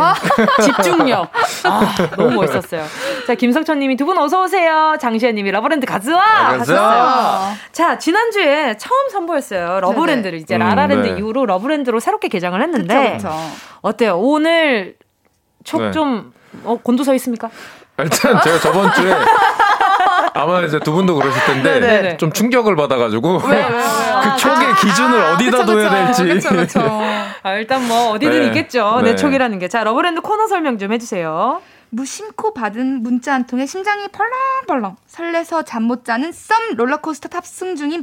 집중력. 아, 너무 멋있었어요. 자, 김석천 님이 두 분 어서 오세요. 장시현 님이 러브랜드 가즈와 가즈와. 하셨어요. 자, 지난주에 처음 선보였어요. 러브랜드를 이제 음, 라라랜드 네. 이후로 러브랜드로 새롭게 개장을 했는데 그쵸, 그쵸. 어때요? 오늘 네. 촉 좀 어, 곤두서 있습니까? 일단 제가 저번 주에 아마 이제 두 분도 그러실 텐데 네네. 좀 충격을 아, 받아가지고 그 촉의 기준을 어디다 둬야 될지 아, 일단 뭐 어디든 네. 있겠죠. 내 네. 촉이라는 게. 자, 러브랜드 코너 설명 좀 해주세요. 무심코 받은 문자 한 통에 심장이 펄렁펄렁 설레서 잠 못 자는 썸 롤러코스터 탑승 중인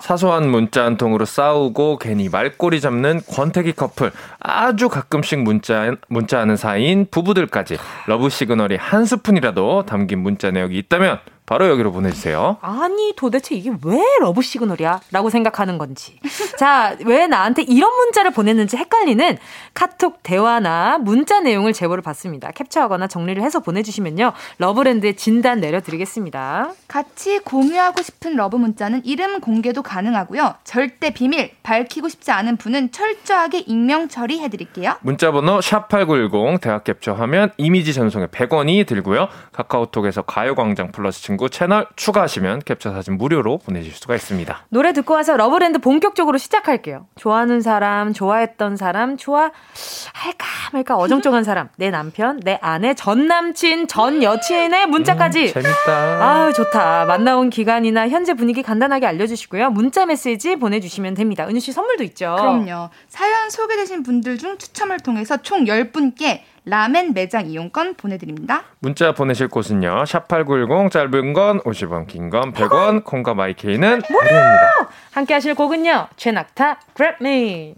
사소한 문자 한 통으로 싸우고 괜히 말꼬리 잡는 권태기 커플 아주 가끔씩 문자 문자하는 사이인 부부들까지 러브 시그널이 한 스푼이라도 담긴 문자 내역이 있다면 바로 여기로 보내주세요. 아니 도대체 이게 왜 러브 시그널이야? 라고 생각하는 건지 자 왜 나한테 이런 문자를 보냈는지 헷갈리는 카톡 대화나 문자 내용을 제보를 받습니다 캡처하거나 정리를 해서 보내주시면요 러브랜드의 진단 내려드리겠습니다 같이 공유하고 싶은 러브 문자는 이름 공개도 가능하고요. 절대 비밀 밝히고 싶지 않은 분은 철저하게 익명 처리해드릴게요. 뭐, 문자번호 샵8910 대학 캡처하면 이미지 전송에 100원이 들고요. 카카오톡에서 가요광장 플러스 친구 채널 추가하시면 캡처 사진 무료로 보내실 수가 있습니다. 노래 듣고 와서 러브랜드 본격적으로 시작할게요 좋아하는 사람 좋아했던 사람 좋아할까 말까 어정쩡한 사람 내 남편 내 아내 전 남친 전 여친의 문자까지 음, 재밌다. 아 좋다. 만나온 기간이나 현재 분위기 간단하게 알려주시고요. 문자 메시지 보내주시면 됩니다. 은유 씨 선물도 있죠. 어. 그럼요. 사연 소개되신 분들 중 추첨을 통해서 총 10분께 라멘 매장 이용권 보내드립니다. 문자 보내실 곳은요. 샵8910 짧은 건 50원, 긴 건 100원, 콩과 마이케이는 무료입니다. 함께 하실 곡은요. 최낙타 Grab Me.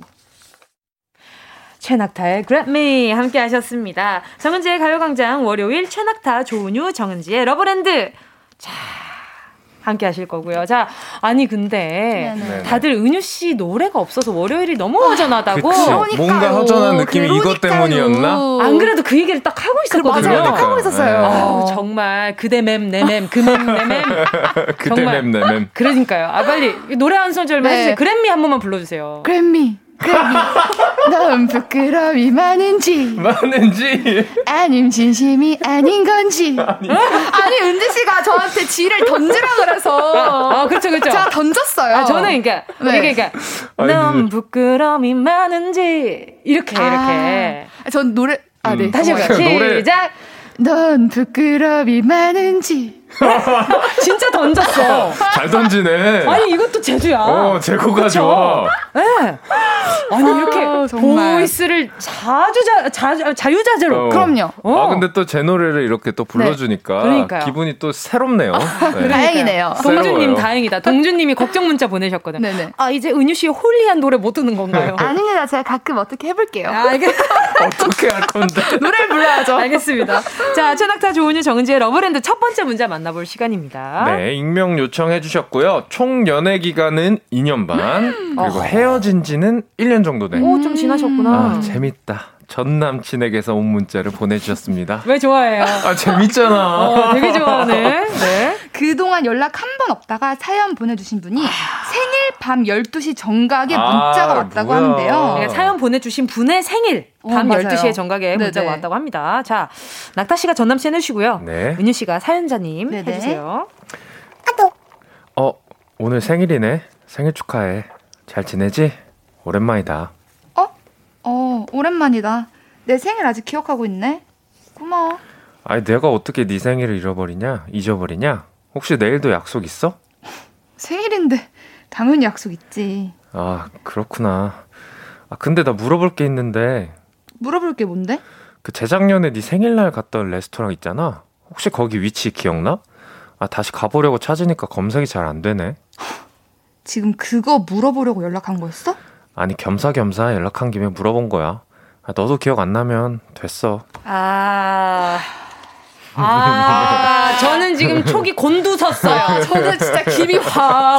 최낙타의 Grab Me 함께 하셨습니다. 정은지의 가요광장 월요일 최낙타 조은유 정은지의 러브랜드. 자 함께 하실 거고요. 자 아니 근데 네네. 다들 은유 씨 노래가 없어서 월요일이 너무 허전하다고. 아, 그치. 어, 뭔가 허전한 느낌이 이것 때문이었나? 안 그래도 그 얘기를 딱 하고 있었거든요. 맞아요. 네. 딱 하고 있었어요. 아우, 정말 그대 맴 내 맴 그 맴 내 맴. 그때 정말. 맴내 맴. 그러니까요. 아 빨리 노래 한 소절만 네. 해주세요. 그램미 한 번만 불러주세요. 그래미, 그래미. 넌 부끄러움이 많은지, 맞는지. 아님 진심이 아닌 건지. 아니, 은지 씨가 저한테 지를 던지라 그래서. 아 그렇죠 그렇죠. 제가 던졌어요. 아 저는 그러니까 네. 이게 그러니까 아니, 넌 부끄러움이 많은지 이렇게 아. 이렇게 아, 전 노래, 아, 네. 음. 어, 다시 해봐요. 그 노래. 시작. 넌 부끄러움이 많은지. 진짜 던졌어. 잘 던지네. 아니 이것도 제주야. 어, 제코가 좋아. 네. 아니 이렇게 아, 정말. 보이스를 자주 자, 자 자유자재로. 어. 그럼요. 어. 아 근데 또 제 노래를 이렇게 또 불러주니까 네. 그러니까요. 아, 기분이 또 새롭네요. 네. 다행이네요. 동준님 새로워요. 다행이다. 동준님이 걱정 문자 보내셨거든. 네네. 아 이제 은유 씨의 홀리한 노래 못 듣는 건가요? 아닙니다. 제가 가끔 어떻게 해볼게요. 아 이게 어떻게 할 건데? 노래를 불러야죠. 알겠습니다. 자, 최낙타 조은유 정은지의 러브랜드 첫 번째 문제 만나볼 시간입니다. 네, 익명 요청해 주셨고요. 총 연애 기간은 2년 반, 그리고 헤어진 지는 1년 정도 된. 음. 오, 좀 지나셨구나. 아, 재밌다. 전 남친에게서 온 문자를 보내주셨습니다. 왜 좋아해요? 아, 재밌잖아. 어, 되게 좋아하네. 네. 그동안 연락 한 번 없다가 사연 보내주신 분이 생일 밤 12시 정각에 문자가 아, 왔다고 뭐야. 하는데요. 네, 사연 보내주신 분의 생일 밤 어, 맞아요. 12시에 정각에 문자가 네네. 왔다고 합니다. 자, 낙타 씨가 전 남친 해주시고요. 네. 은유 씨가 사연자님 네네. 해주세요. 어, 오늘 생일이네. 생일 축하해. 잘 지내지? 오랜만이다. 어? 어, 오랜만이다. 내 생일 아직 기억하고 있네. 고마워. 아니, 내가 어떻게 네 생일을 잃어버리냐? 잊어버리냐? 혹시 내일도 약속 있어? 생일인데 당연히 약속 있지. 아, 그렇구나. 아, 근데 나 물어볼 게 있는데, 물어볼 게 뭔데? 그 재작년에 네 생일날 갔던 레스토랑 있잖아. 혹시 거기 위치 기억나? 아 다시 가보려고 찾으니까 검색이 잘 안 되네. 지금 그거 물어보려고 연락한 거였어? 아니 겸사겸사 연락한 김에 물어본 거야. 아, 너도 기억 안 나면 됐어. 아. 아, 저는 지금 촉이 곤두섰어요. 아, 저는 진짜 네. 김이 확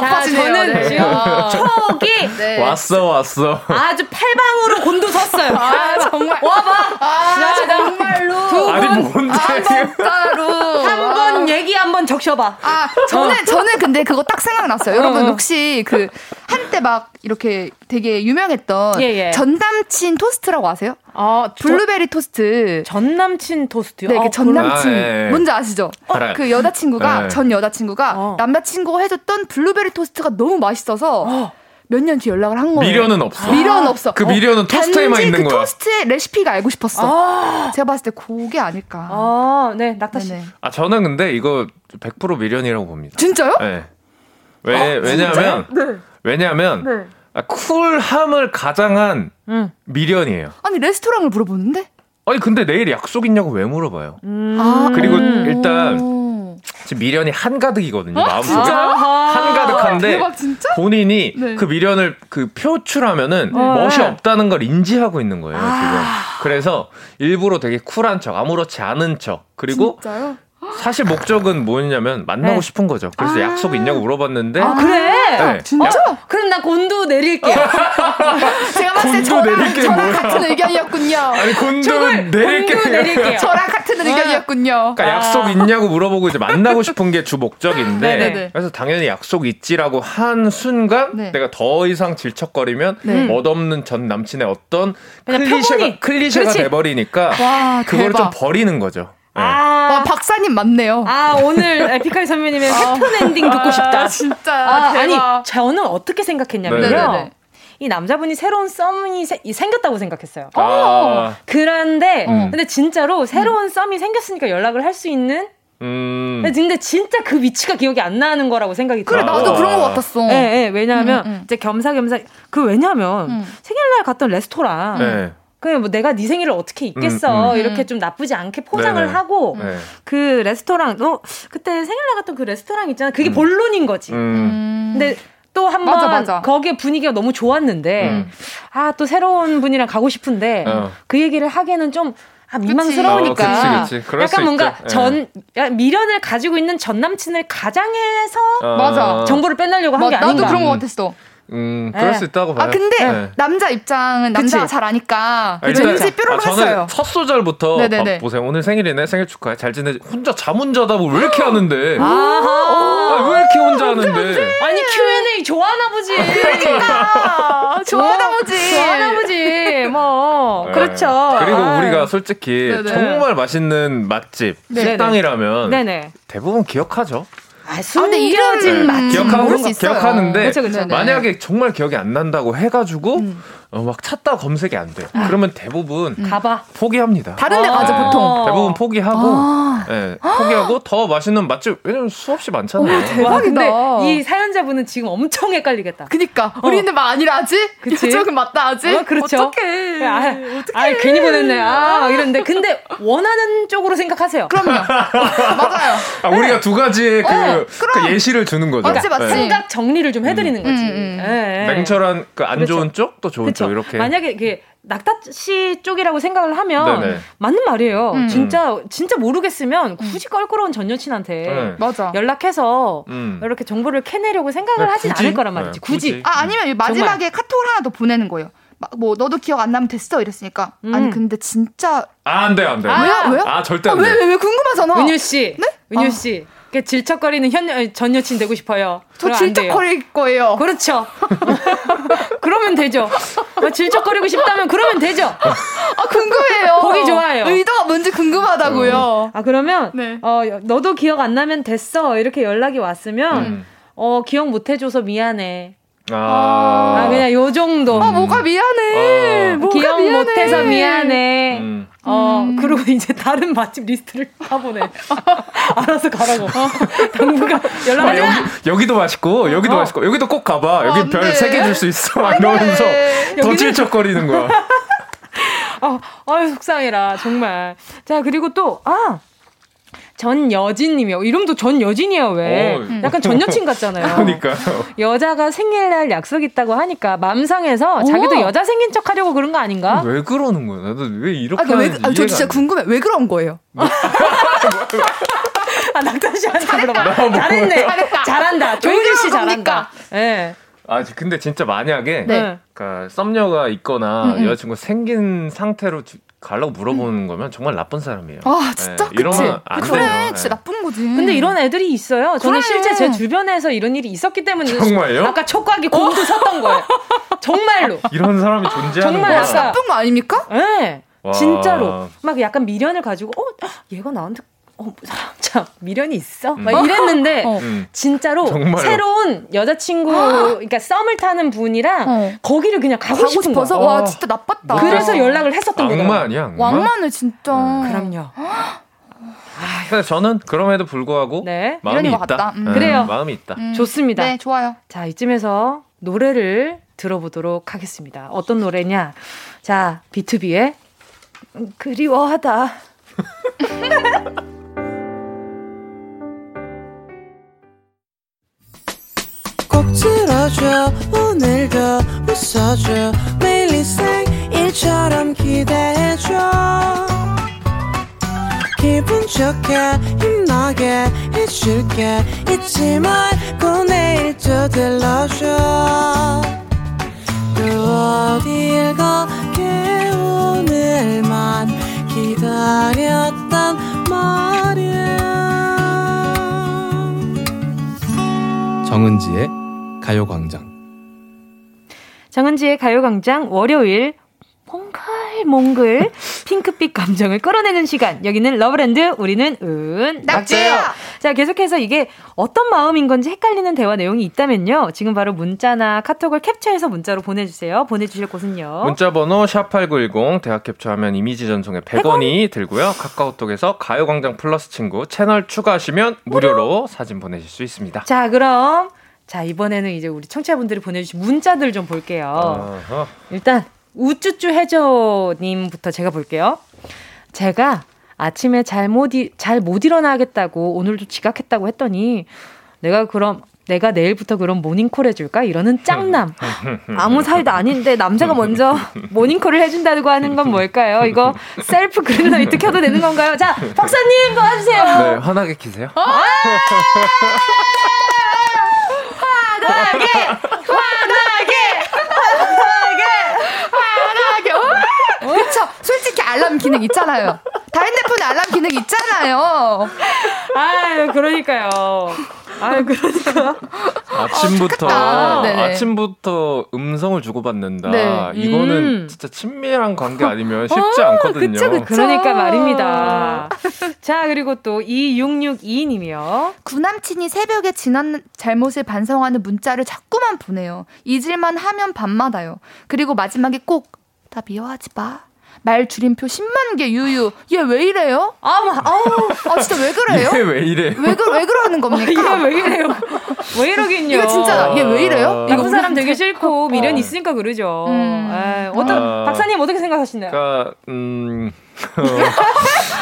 자, 빠지네요. 저는 네. 지금 아. 촉이 왔어 왔어. 아주 팔방으로 곤두섰어요. 아, 정말. 와봐. 아, 야, 나그 정말로. 두 아니, 번. 뭔데. 한 번가루. 한번 아. 얘기 한번 적셔봐. 아, 저는 저는 근데 그거 딱 생각났어요. 여러분 어, 어. 혹시 그 한때 막 이렇게 되게 유명했던 예, 예. 전남친 토스트라고 아세요? 어, 블루베리 토스트. 전남친 토스트요? 네, 아, 그 전남친. 그럼- 아, 예, 예. 뭔지 아시죠? 알아요. 그 여자친구가 예. 전 여자친구가 어. 남자친구가 해줬던 블루베리 토스트가 너무 맛있어서 몇 년 뒤에 연락을 한 거예요. 미련은 없어. 미련은 없어. 그 미련은 어, 토스트에만 단지 있는 그 거야. 토스트의 레시피가 알고 싶었어. 제가 봤을 때 그게 아닐까. 아, 네, 낙타 씨. 아 저는 근데 이거 100% 미련이라고 봅니다. 진짜요? 네. 왜 왜냐하면 아, 네. 왜냐하면 네. 음. 아, 쿨함을 가장한 응. 미련이에요. 아니 레스토랑을 물어보는데? 아니 근데 내일 약속 있냐고 왜 물어봐요? 아, 그리고 일단 지금 미련이 한가득이거든요. 어? 마음속에 진짜요? 한가득한데 대박, 진짜? 본인이 네. 그 미련을 그 표출하면은 네. 아. 멋이 없다는 걸 인지하고 있는 거예요. 지금. 그래서 일부러 되게 쿨한 척, 아무렇지 않은 척. 그리고 진짜요? 사실 목적은 뭐냐면 만나고 네. 싶은 거죠. 그래서 아. 약속 있냐고 물어봤는데 아, 그래? 네. 어, 그럼 나 곤두 내릴게. 제가 봤을 때 곤두 저랑, 내릴 게 저랑 뭐야. 같은 의견이었군요. 아니, 아. 곤두 저걸 내릴게요. 곤두 내릴게요. 저랑 같은 의견이었군요. 그러니까 약속 있냐고 물어보고 이제 만나고 싶은 게 주 목적인데 네네네. 그래서 당연히 약속 있지라고 한 순간 네. 내가 더 이상 질척거리면 네. 멋없는 전 남친의 어떤 그냥 클리셰가 표본이. 클리셰가 그렇지. 돼 버리니까 와, 그거를 좀 대박. 아. 버리는 거죠. 네. 와, 어, 박사님 맞네요. 아, 오늘 에픽하이 선배님의 해픈 엔딩 듣고 싶다. 아, 진짜. 아, 아니, 대박. 저는 어떻게 생각했냐면요. 네네네. 이 남자분이 새로운 썸이 세- 이 생겼다고 생각했어요. 아. 그런데, 음. 근데 진짜로 새로운 썸이 생겼으니까 연락을 할 수 있는? 음. 근데 진짜 그 위치가 기억이 안 나는 거라고 생각이 그래, 들어요. 나도 그런 것 같았어. 예, 예, 왜냐하면 음, 이제 겸사겸사 그 왜냐하면 생일날 갔던 레스토랑 네. 그냥 뭐 내가 네 생일을 어떻게 음, 잊겠어 음. 이렇게 좀 나쁘지 않게 포장을 네네. 하고 네. 그 레스토랑 너 그때 생일 나갔던 그 레스토랑 있잖아 그게 음. 본론인 음, 거지 근데 또 맞아, 한번 맞아. 거기에 분위기가 너무 좋았는데 음. 아 또 새로운 분이랑 가고 싶은데 어. 그 얘기를 하기에는 좀 아, 민망스러우니까 어, 그치, 그치. 그럴 수 약간 뭔가 있죠. 예. 전 야, 미련을 가지고 있는 전 남친을 가장해서 어. 맞아. 정보를 빼내려고 한 마- 게 뭐, 나도 아닌가 그런 것 같았어. 음, 그럴 네. 수 있다고 봐요. 아 근데 네. 남자 입장은 남자가 잘 아니까 그 아, 일단- 왠지 뾰로로 아, 저는 했어요. 첫 소절부터 네네네. 아, 보세요. 오늘 생일이네. 생일 축하해. 잘 지내. 혼자 자문자답을 왜 이렇게 하는데? 아. 아하. 아, 왜 이렇게 혼자 하는데? 아니 Q&A 좋아하나 보지. 어? 그러니까 좋아하나 보지. 좋아하나 보지. 뭐 네. 그렇죠. 그리고 아. 우리가 솔직히 네네. 정말 맛있는 맛집 네네. 식당이라면 네네. 대부분 기억하죠. 아, 이런 음, 숨겨진 맛. 네. 기억하고 모를 수 있어요. 기억하는데 그쵸, 그쵸. 만약에 정말 기억이 안 난다고 해가지고 어, 막 찾다 검색이 안 돼. 그러면 대부분 가봐. 아. 포기합니다. 다른 데 가죠, 네. 음. 보통. 대부분 포기하고 아. 네, 포기하고 더 맛있는 맛집 왜냐면 수없이 많잖아요. 와, 근데 이 사연자분은 지금 엄청 헷갈리겠다. 그니까 어. 우리 근데 말 아니라 하지? 그치? 이쪽은 맞다 하지? 어, 그렇죠. 어떡해. 아, 아, 괜히 보냈네. 아, 막 이랬는데. 근데 원하는 쪽으로 생각하세요. 그럼요. 아, 우리가 두 가지의 그, 네. 어, 그 예시를 주는 거죠. 네. 그러니까 생각 정리를 좀 해드리는 거지. 예, 예. 냉철한 그 안 그렇죠. 좋은 쪽 또 좋은 그쵸? 쪽 이렇게 만약에 이게 낙타 씨 쪽이라고 생각을 하면 네네. 맞는 말이에요. 음. 진짜 진짜 모르겠으면 굳이 껄끄러운 전 여친한테 네. 맞아. 연락해서 음. 이렇게 정보를 캐내려고 생각을 네, 하진 굳이? 않을 거란 말이지. 네, 굳이. 아 아니면 마지막에 카톡을 하나 더 보내는 거예요. 막 뭐 너도 기억 안 나면 됐어 이랬으니까 음. 아니 근데 진짜 아, 안 돼, 안 돼. 왜요? 왜요? 아, 절대 아, 안 돼. 왜, 왜, 왜 궁금하잖아. 은유 씨. 네? 은유 아. 씨. 그 질척거리는 현, 아니, 전 여친 되고 싶어요. 저 그럼 안 돼요. 질척거릴 거예요. 그렇죠. 그러면 되죠. 뭐 질척거리고 싶다면 그러면 되죠. 아 궁금해요. 보기 좋아요. 의도가 뭔지 궁금하다고요. 아 그러면 네. 어 너도 기억 안 나면 됐어 이렇게 연락이 왔으면 음. 어 기억 못 해줘서 미안해. 아, 그냥 요 정도. 음. 아 뭐가 아. 미안해. 뭐가 기억 미안해. 음. 못해서 미안해. 음. 어 그리고 이제 다른 맛집 리스트를 파보내. 알아서 가라고. 어. 당분간 아, 연락하지 마. 여기, 여기도 맛있고, 어. 여기도 맛있고, 여기도 꼭 가봐. 여기 별 돼. 세 개 줄 수 있어. 막 이러면서 더 네. 아, 여기는- 어. 질척거리는 거야. 아, 아유, 속상해라, 정말. 자, 그리고 또, 아! 전여진님이요. 이름도 전여진이에요, 왜? 어. 약간 전여친 같잖아요. 그러니까 여자가 생일날 약속 있다고 하니까 맘상에서 자기도 여자 생긴 척 하려고 그런 거 아닌가? 왜 그러는 거야? 나도 왜 이렇게 아, 그러니까 왜, 하는지 아, 저 이해가 진짜 안 돼. 궁금해. 왜 그런 거예요? 아, 낙타 씨한테 나 물어봐. 뭐야. 잘했네. 잘했다. 잘한다. 조인길 씨 왜 그런 잘한다. 예. 아 지- 근데 진짜 만약에 네. 그러니까 썸녀가 있거나 음, 음. 여자친구 생긴 상태로 주- 가려고 물어보는 거면 정말 나쁜 사람이에요. 음. 아, 진짜? 네, 이러면 그치? 안 그래, 돼요. 진짜 네. 나쁜 거지. 근데 이런 애들이 있어요. 저는 그래. 실제 제 주변에서 이런 일이 있었기 때문에 정말요? 어. 아까 촉각이 공도 섰던 거예요. 정말로. 이런 사람이 존재하는 정말 거야. 약간 아, 거 아닙니까? 예. 와. 진짜로 막 약간 미련을 가지고 어 얘가 나한테 어참 미련이 있어 막 이랬는데 어. 음. 진짜로 정말요? 새로운 여자친구 그러니까 썸을 타는 분이랑 거기를 그냥 가고, 아! 네. 가고 싶은 싶어서? 거야. 와, 진짜 나빴다. 어. 어? 그래서 연락을 했었던 거예요. 악마 아니야? 악마? 왕만을 진짜. 네. 그럼요. 어? 근데 저는 네. 그럼에도 불구하고 마음이 이런 것 있다. 같다. 음. 네, 그래요. 마음이 있다. 좋습니다. 네, 좋아요. 자, 이쯤에서 노래를 들어보도록 하겠습니다. 어떤 노래냐? 자, B2B의 그리워하다. 꼭 들어줘 오늘도 웃어줘 매일 이 생일처럼 기대해줘 기분 좋게 힘나게 해줄게 잊지 말고 내일 또 들러줘 또 어딜 가게 오늘만 기다렸단 말이야 정은지의 가요광장. 정은지의 가요광장 월요일 몽글몽글 핑크빛 감정을 끌어내는 시간. 여기는 러브랜드, 우리는 은 낙지예요. 자, 계속해서 이게 어떤 마음인 건지 헷갈리는 대화 내용이 있다면요. 지금 바로 문자나 카톡을 캡처해서 문자로 보내주세요. 보내주실 어? 곳은요. 문자 번호 샵8910 대학 캡처하면 이미지 전송에 100원이 들고요. 카카오톡에서 가요광장 플러스 친구 채널 추가하시면 무료로 사진 보내실 수 있습니다. 자, 그럼 자 이번에는 이제 우리 청취자분들이 보내주신 문자들 좀 볼게요. 어허. 일단 우쭈쭈 해저님부터 제가 볼게요. 제가 아침에 잘못잘못 일어나겠다고 오늘도 지각했다고 했더니 내가 그럼 내가 내일부터 그럼 모닝콜 해줄까 이러는 짱남 아무 사이도 아닌데 남자가 먼저 모닝콜을 해준다고 하는 건 뭘까요? 이거 셀프 그린라이트 켜도 되는 건가요? 자 박사님 도와주세요. 네, 환하게 키세요. 화나게 화나게 화나게 어? 화나게 어? 그쵸. 솔직히 알람 기능 있잖아요. 다른 핸드폰에 알람 기능 있잖아요. 아유, 그러니까요. 아유, 그러니까. 아침부터 아, 아, 네네. 침부터 음성을 주고받는다. 네. 이거는 음. 진짜 친밀한 관계 아니면 쉽지 않거든요. 그러니까 말입니다. 자, 그리고 또 2662님이요. 구남친이 새벽에 지난 잘못을 반성하는 문자를 자꾸만 보내요. 잊을만 하면 밤마다요. 그리고 마지막에 꼭 나 미워하지 마. 말 줄임표 10만 개 유유. 얘 왜 이래요? 아, 아우, 아 진짜 왜 그래요? 얘왜 이래? 왜, 그, 왜 그러는 겁니까? 얘 왜 아, 이래요? 왜 이러긴요. 이거 진짜 얘 왜 이래요? 아. 나쁜 이거 사람 우리한테- 되게 싫고 미련 어. 있으니까 그러죠. 에이, 어떤 아. 박사님 어떻게 생각하시나요? 그러니까 음.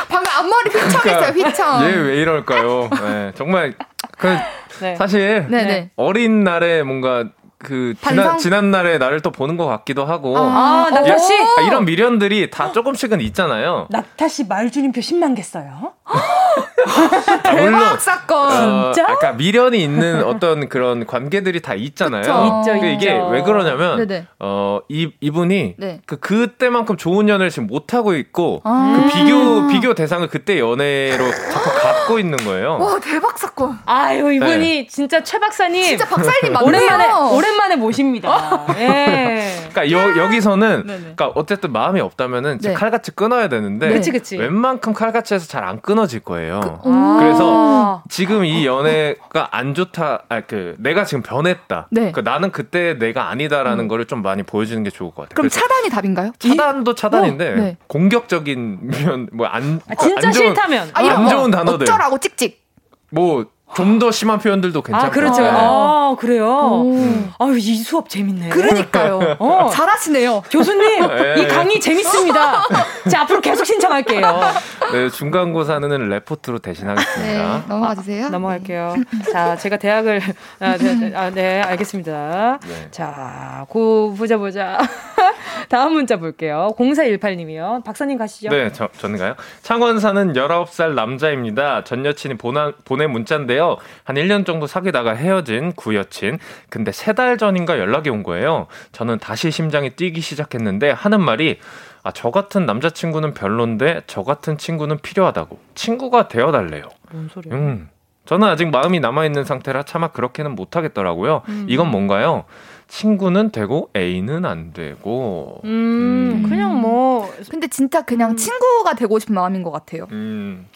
방금 앞머리 휘청했어요. 아. 휘청. 그러니까 얘 왜 이럴까요? 네, 정말 그 네. 사실 네, 네. 어린 날에 뭔가 그 반성? 지난 지난 날에 나를 또 보는 것 같기도 하고 아, 이- 낙타 씨? 아, 이런 미련들이 다 조금씩은 있잖아요. 낙타 씨말 줄임표 10만 개 써요. 아, 물론 사건. 어, 아, 진짜? 약간 미련이 있는 어떤 그런 관계들이 다 있잖아요. 그쵸. 있죠, 근데 이게 있죠. 왜 그러냐면 네네. 어, 이 이분이 네. 그 그때만큼 좋은 연애를 지금 못 하고 있고 아. 그 비교 비교 대상을 그때 연애로 자꾸 갖고 있는 거예요. 그 대박 사건. 아유, 이분이 네. 진짜 최 박사님. 음. 어. 진짜 박사님 맞네요. 오랜만에, 오랜만에 모십니다. 예. 그러니까 여, 여기서는 네네. 그러니까 어쨌든 마음이 없다면은 진짜 네. 칼같이 끊어야 되는데 네. 그치, 그치. 웬만큼 칼같이 해서 잘 안 끊어질 거예요. 그, 음. 아. 래서 지금 이 어, 연애가 안 좋다. 아 그 내가 지금 변했다. 네. 그 나는 그때 내가 아니다라는 거를 좀 많이 보여주는 게 좋을 것 같아요. 그럼 그래서 차단이 답인가요? 차단도 차단인데 어, 네. 아, 공격적이면 뭐안 아, 진짜 안 좋은, 싫다면. 아, 안 이런 거. 좋은 단어들 어쩌라고 찍찍. 아, 그렇죠. 뭐 좀 더 심한 표현들도 괜찮고 어. 아, 그렇죠. 네. 아, 그래요? 아유, 이 수업 재밌네. 그러니까요. 어. 훌륭하시네요. 교수님, 예, 이 강의 예. 재밌습니다. 자, 앞으로 계속 신청할게요. 네, 중간고사는 레포트로 대신하겠습니다. 네, 아, 넘어가 주세요. 넘어갈게요. 자, 제가 대학을 아, 네, 아, 네, 알겠습니다. 자, 고 보자 보자. 다음 문자 볼게요. 0418님이요. 박사님 가시죠. 네, 저, 저는가요? 창원 사는 19살 남자입니다. 전 여친이 보나, 보낸 문자인데요. 한 1년 정도 사귀다가 헤어진 구여친. 근데 세 달 전인가 연락이 온 거예요. 저는 다시 심장이 뛰기 시작했는데 하는 말이 아, 저 같은 남자친구는 별론데 저 같은 친구는 필요하다고. 친구가 되어달래요. 뭔 소리야? 음. 저는 아직 마음이 남아있는 상태라 차마 그렇게는 어, 못하겠더라고요. 음. 이건 뭔가요? 친구는 되고 애인은 안 되고. 음, 그냥 뭐. 근데 진짜 그냥 친구가 되고 싶은 마음인 것 같아요. 음.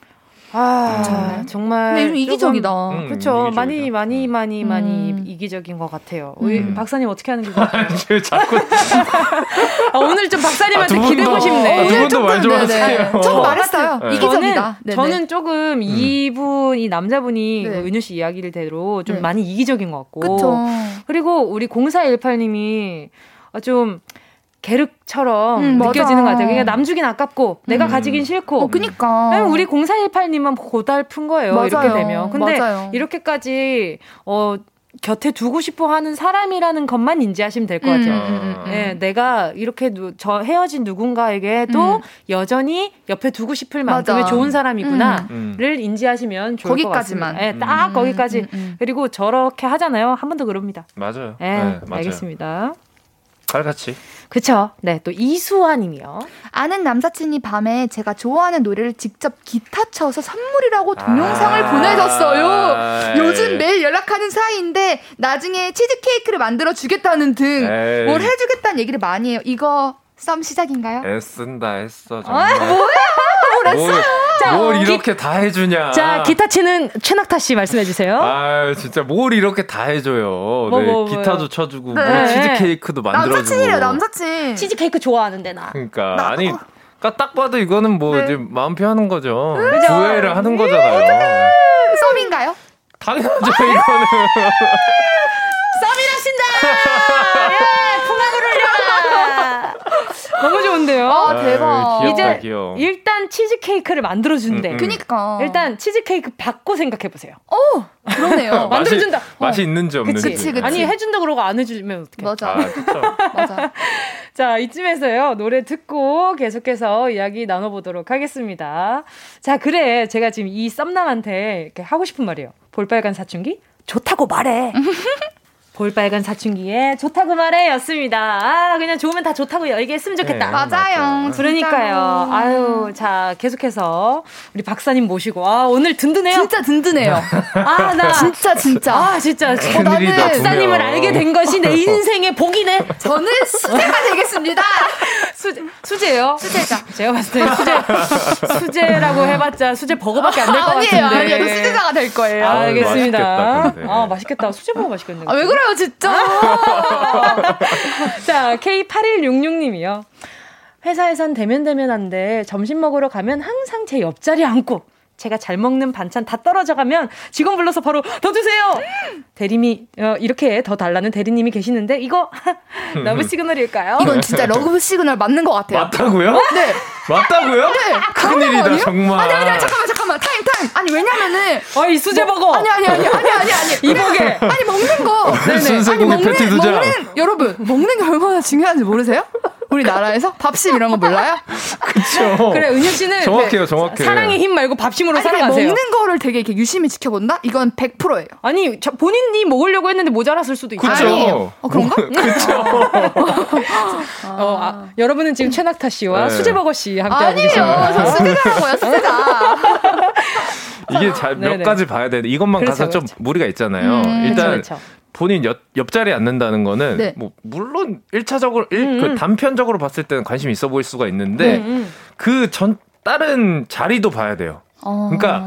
아, 괜찮나요? 정말. 음. 네. 근데 요즘 이기적이다. 음, 그렇죠. 이기적이다. 많이 많이 많이 많이 이기적인 것 같아요. 우리 음. 박사님 어떻게 하는 게 좋을까요? 지금 자꾸 아, 오늘 좀 박사님한테 아, 두 기대고 분도- 싶네. 아, 두 오늘 분도 조금, 말좀 네네. 하세요. 저 말했어요. 네. 이기적이다. 저는, 네네. 저는 조금 이분 이 남자분이 그 은유 씨 이야기대로 좀 네. 많이 이기적인 것 같고. 그쵸. 그리고 우리 0418님이 아, 좀 계륵처럼 음, 맞아. 느껴지는 것 같아요. 그러니까 남 주긴 아깝고 내가 가지긴 싫고. 어, 그니까. 왜냐면 네, 우리 0418님만 고달픈 거예요. 맞아요. 이렇게 되면. 근데 맞아요. 이렇게까지 어 곁에 두고 싶어 하는 사람이라는 것만 인지하시면 될 것 음, 같아요. 음, 음, 예, 내가 이렇게 누, 저 헤어진 누군가에게 도 음. 여전히 옆에 두고 싶을 만큼의 맞아. 좋은 사람이구나를 음. 인지하시면 좋을 거기까지만. 것 같습니다. 예, 딱 음. 거기까지. 그리고 저렇게 하잖아요. 한 번 더 그럽니다. 맞아요. 예, 네, 맞아요. 알겠습니다. 칼같이. 그쵸. 네, 또 이수아님이요. 아는 남사친이 밤에 제가 좋아하는 노래를 직접 기타 쳐서 선물이라고 동영상을 아. 네. 보내줬어요. 요즘 에이. 매일 연락하는 사이인데 나중에 치즈케이크를 만들어 주겠다는 등 에이. 뭘 해주겠다는 얘기를 많이 해요. 이거 썸 시작인가요? 애쓴다 했어 아, 정말. 뭘, 자, 어, 뭘 기- 이렇게 다 아. 해주냐. 자, 기타 치는 최낙타 씨 말씀해 주세요. 아 진짜 뭘 이렇게 다 해줘요. 뭐, 네, 뭐, 기타도 뭐요? 쳐주고 네. 뭐 치즈 케이크도 만들어주고. 남사친. 치즈케이크 좋아하는데 나. 그러니까 아니. 그러니까 딱 봐도 이거는 뭐 이제 마음 표하는 거죠. 네. 그죠? 네, 구애를 하는 거잖아요. 썸인가요? 당연하죠 이거는. 썸이라신다! 예, 풍악을 올려라! 너무 좋은데요? 아, 대박. 아유, 귀엽다, 이제 귀여워. 일단 치즈케이크를 만들어준대. 음, 음. 그니까. 일단 아, 치즈케이크 받고 생각해보세요. 어! 그러네요. 만들어준다. 맛이, 맛이 있는지 없는지. 그치, 뭐. 그치. 아니, 해준다 그러고 안 해주면 어떡해. 맞아. 아, 그쵸. 자, 이쯤에서요, 노래 듣고 계속해서 이야기 나눠보도록 하겠습니다. 자, 그래. 제가 지금 이 썸남한테 이렇게 하고 싶은 말이에요. 볼빨간 사춘기? 좋다고 말해. 볼빨간 사춘기에 좋다고 말해 였습니다. 아, 그냥 좋으면 다 좋다고 얘기했으면 좋겠다. 네, 맞아요. 음. 맞아요. 그러니까요. 진짜로. 아유, 자, 계속해서 우리 박사님 모시고. 아, 오늘 든든해요. 진짜 든든해요. 아, 나. 진짜, 진짜. 아, 진짜. 어, 나는 박사님을 알게 된 것이 내 인생의 복이네. 저는 수제가 되겠습니다. 수제, 수제예요? 수제자. 제가 봤을 때 수제, 수제라고 해봤자 수제 버거밖에 안 될 것 같은데. 아니에요, 아니에요. 너 수제자가 될 거예요. 아, 아유, 알겠습니다. 맛있겠다, 근데. 아, 맛있겠다. 수제 버거 맛있겠네. 아, 왜 그래요, 진짜? 자, K8166님이요. 회사에선 대면대면한데 점심 먹으러 가면 항상 제 옆자리에 앉고 제가 잘 먹는 반찬 다 떨어져 가면 직원 불러서 바로 더 주세요. 대리미 어, 이렇게 더 달라는 대리님이 계시는데 이거 러브 시그널일까요? 이건 진짜 러브 시그널 맞는 것 같아요. 네. 맞다고요? 네. 맞다고요? 네. 큰일이다, 아니에요? 정말. 아니, 아니, 아니, 잠깐만, 잠깐만. 타임, 타임. 아니, 왜냐면은. 아이, 수제버거. 뭐, 아니, 아니, 아니, 아니, 아니, 아니. 이보게. 아니, 먹는 어, 거. 네네. 아니, 순세고기 먹는, 패티 두 장. 먹는, 여러분, 먹는 게 얼마나 중요한지 모르세요? 우리나라에서 밥심 이런 거 몰라요? 그쵸. 그래, 은유 씨는 정확해요, 네, 정확해. 사랑의 힘 말고 밥심으로 아니, 그냥 살아가세요. 먹는 거를 되게 이렇게 유심히 지켜본다? 이건 100%예요. 아니, 저- 본인이 먹으려고 했는데 모자랐을 수도 있고. 그쵸. 아니에요. 어, 그런가? 뭐, 어, 아, 여러분은 지금 최낙타 씨와 네. 수제버거 씨 함께 하고 아니에요. 계십니다. 저 수제자라고요, 수제자. 이게 잘 몇 네네. 가지 봐야 되는데 이것만 그렇죠, 가서 좀 그렇죠. 무리가 있잖아요. 음. 일단 그렇죠, 그렇죠. 본인 옆, 옆자리에 앉는다는 거는 네. 뭐 물론 일차적으로 음, 일, 그 단편적으로 봤을 때는 관심 있어 보일 수가 있는데 음, 음. 그 전 다른 자리도 봐야 돼요. 어. 그러니까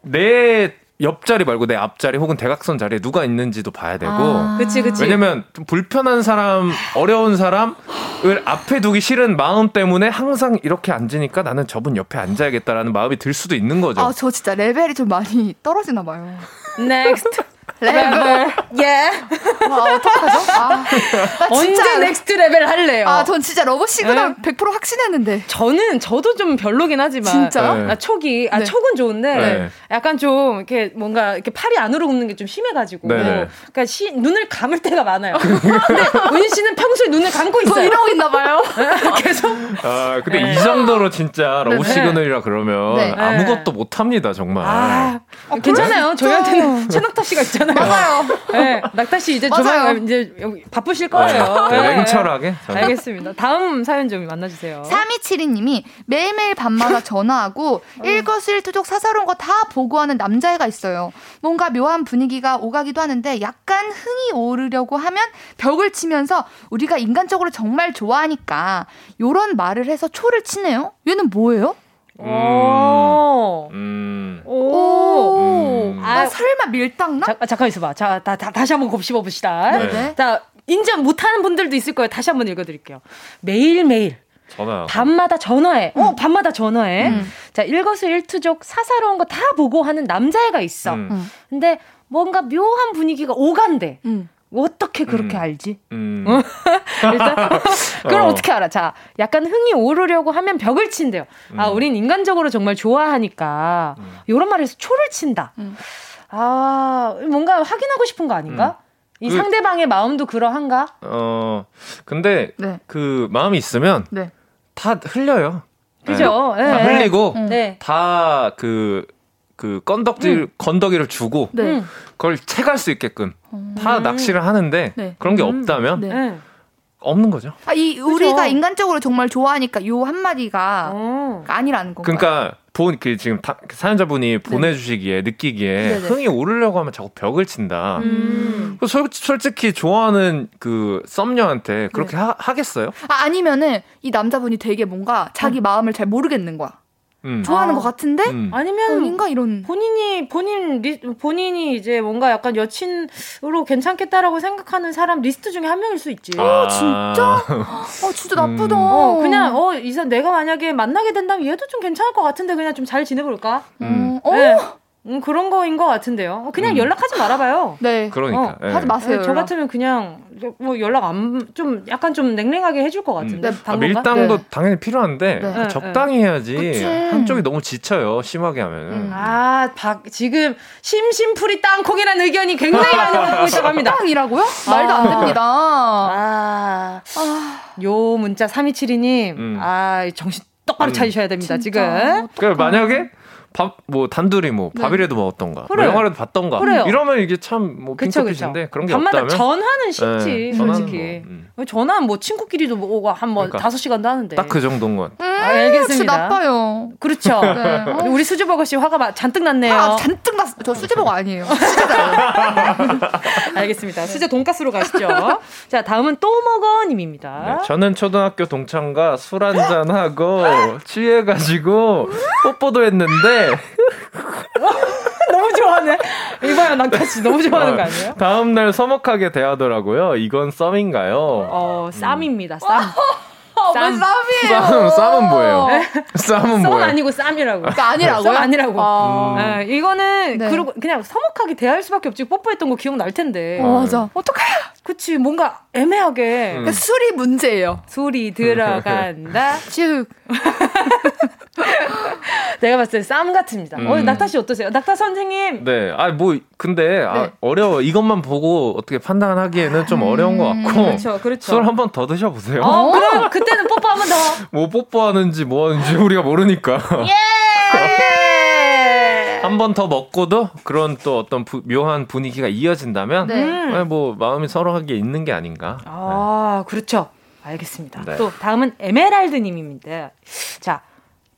내 옆자리 말고 내 앞자리 혹은 대각선 자리에 누가 있는지도 봐야 되고 아. 그치, 그치. 왜냐면 좀 불편한 사람 어려운 사람을 앞에 두기 싫은 마음 때문에 항상 이렇게 앉으니까 나는 저분 옆에 앉아야겠다라는 마음이 들 수도 있는 거죠 아, 저 진짜 레벨이 좀 많이 떨어지나 봐요. 넥스트. 레벨. 예. 와, 어떡하죠? 아, 나 진짜 언제 네? 넥스트 레벨 할래요? 아, 전 진짜 러브 시그널 100% 확신했는데. 저는 저도 좀 별로긴 하지만 진짜요? 아, 촉이 아 네. 촉은 좋은데 네. 약간 좀 이렇게 뭔가 이렇게 팔이 안으로 굽는 게 좀 심해가지고 네, 네. 그러니까 시, 눈을 감을 때가 많아요. 근데 은희 씨는 평소에 눈을 감고 저 있어요. 이러고 있나 봐요. 계속 아, 근데 네. 이 정도로 진짜 러브 네. 시그널이라 그러면 네. 아무것도 못 합니다, 정말. 아, 괜찮아요. 그래요? 저희한테는 최낙타 씨가 있잖아요. 맞아요. 네, 낙타 씨 이제 맞아요. 조만간 이제 여기 바쁘실 거예요. 네, 네. 냉철하게. 저는. 알겠습니다. 다음 사연 좀 만나주세요. 3272님이 매일매일 밤마다 전화하고 일거수일투족 사사로운 거 다 보고하는 남자애가 있어요. 뭔가 묘한 분위기가 오가기도 하는데 약간 흥이 오르려고 하면 벽을 치면서 우리가 인간적으로 정말 좋아하니까 요런 말을 해서 초를 치네요. 얘는 뭐예요? 음. 오. 음. 오. 아, 설마 밀당나? 자, 아, 잠깐 있어봐. 자, 다, 다, 시 한번 곱씹어 봅시다. 네네. 자, 인정 못하는 분들도 있을 거예요. 다시 한번 읽어드릴게요. 매일매일. 전화. 밤마다 전화해. 어, 밤마다 전화해. 자, 일거수일투족 사사로운 거 다 보고 하는 남자애가 있어. 음. 음. 근데 뭔가 묘한 분위기가 오간대. 어떻게 그렇게 알지? 음. 일단 그럼 어. 어. 떻게 알아? 자, 약간 흥이 오르려고 하면 벽을 친대요. 아, 음. 우린 인간적으로 정말 좋아하니까 요런 말에서 초를 친다. 아, 뭔가 확인하고 싶은 거 아닌가? 이 그- 상대방의 마음도 그러한가? 어, 근데 네. 그 마음이 있으면 네. 다 흘려요. 그죠? 네. 다 예, 예. 흘리고 음. 네. 다 그 그 건덕질 음. 건더기를 주고 네. 그걸 채갈 수 있게끔 음. 다 낚시를 하는데 네. 그런 게 음. 없다면 예. 네. 없는 거죠. 아, 이 우리가 인간적으로 정말 좋아하니까 요 한마디가 어. 아니라는 건가요? 그러니까 본 그 지금 다, 그 사연자분이 보내주시기에 느끼기에 네네. 흥이 오르려고 하면 자꾸 벽을 친다. 음. 그 솔, 솔직히 좋아하는 그 썸녀한테 네. 그렇게 하, 겠어요 아, 아니면은 이 남자분이 되게 뭔가 자기 마음을 잘 모르겠는 거야. 좋아하는 것 같은데 네? 음. 아니면 아닌가 이런 본인이 본인 리, 본인이 이제 뭔가 약간 여친으로 괜찮겠다라고 생각하는 사람 리스트 중에 한 명일 수 있지. 아, 어 진짜 음. 나쁘다. 어, 그냥 어 이사 내가 만약에 만나게 된다면 얘도 좀 괜찮을 것 같은데 그냥 좀 잘 지내볼까? 음. 어? 네. 음, 그런 거인 것 같은데요. 어, 그냥 연락하지 말아봐요. 네. 그러니까, 예. 하지 마세요, 네, 저 연락. 같으면 그냥 뭐 연락 안 좀 약간 좀 냉랭하게 해줄 것 같은데. 음. 아, 방법과? 밀당도 당연히 필요한데 네. 그 네. 적당히 해야지 그치. 한쪽이 너무 지쳐요 심하게 하면 음. 아, 박, 지금 심심풀이 땅콩이라는 의견이 굉장히 많이 오고 있다고 합니다. 땅이라고요? 말도 안 됩니다. 아, 요 문자 3272님, 아, 정신 똑바로 음. 차리셔야 됩니다, 뭐 지금. 그러니까 만약에 밥 뭐 단둘이 뭐 밥이라도 먹었던가 네. 그래요. 뭐 영화라도 봤던가 아, 그래요. 이러면 이게 참뭐 그쵸, 그쵸. 핑크빛인데 그런 게 밤마다 없다면 전화는 쉽지, 예, 전화는 솔직히. 전화는 뭐 친구끼리도 뭐 한뭐 그러니까. 다섯 시간도 하는데. 딱 그 정도인 건 아, 알겠습니다. 음, 진짜 나빠요. 그렇죠. 네. 어. 우리 수지버거 씨 화가 막 잔뜩 났네요. 아, 잔뜩 났어. 저 수제버거 아니에요. 알겠습니다. 수제 돈가스로 가시죠. 자, 다음은 또 먹어 님입니다. 저는 초등학교 동창과 술 한잔 하고 취해가지고 어, 뽀뽀도 했는데 너무 좋아하네. 이봐요, 낙타 씨 너무 좋아하는 거 아니에요? 다음 날 서먹하게 대하더라고요. 이건 썸인가요? 어, 쌈입니다. 쌈. 왜 어, 쌈이에요? 어, 쌈 쌈은 뭐예요? 썸 쌈은 뭐예요? 음. 아니고 어, 쌈이라고. 그 아니라고요? 썸 아니라고. 음. 아. 예, 이거는 네. 그리고 그냥 서먹하게 대할 수밖에 없지. 뽀뽀했던 거 기억날 텐데. 네. 어, 맞아. 어떡해? 그치 뭔가 애매하게 음. 음. 그 술이 문제예요. 술이 들어간다. 쭉. 내가 봤을 때 쌈 같습니다. 어, 음. 낙타 씨 어떠세요? 낙타 선생님. 네, 아 뭐 근데 아, 네. 아, 어려워. 이것만 보고 어떻게 판단하기에는 좀 어려운 것 같고. 그렇죠, 그렇죠. 술 한 번 더 드셔보세요. 어, 그럼 그때는 뽀뽀 한번 더. 뭐 뽀뽀하는지 뭐 하는지 우리가 모르니까. 예! 한 번 더 먹고도 그런 또 어떤 부- 묘한 분위기가 이어진다면 네. 음. 아, 뭐 마음이 서로하게 있는 게 아닌가. 아, 그렇죠. 알겠습니다. 네. 또 다음은 에메랄드 님입니다. 자,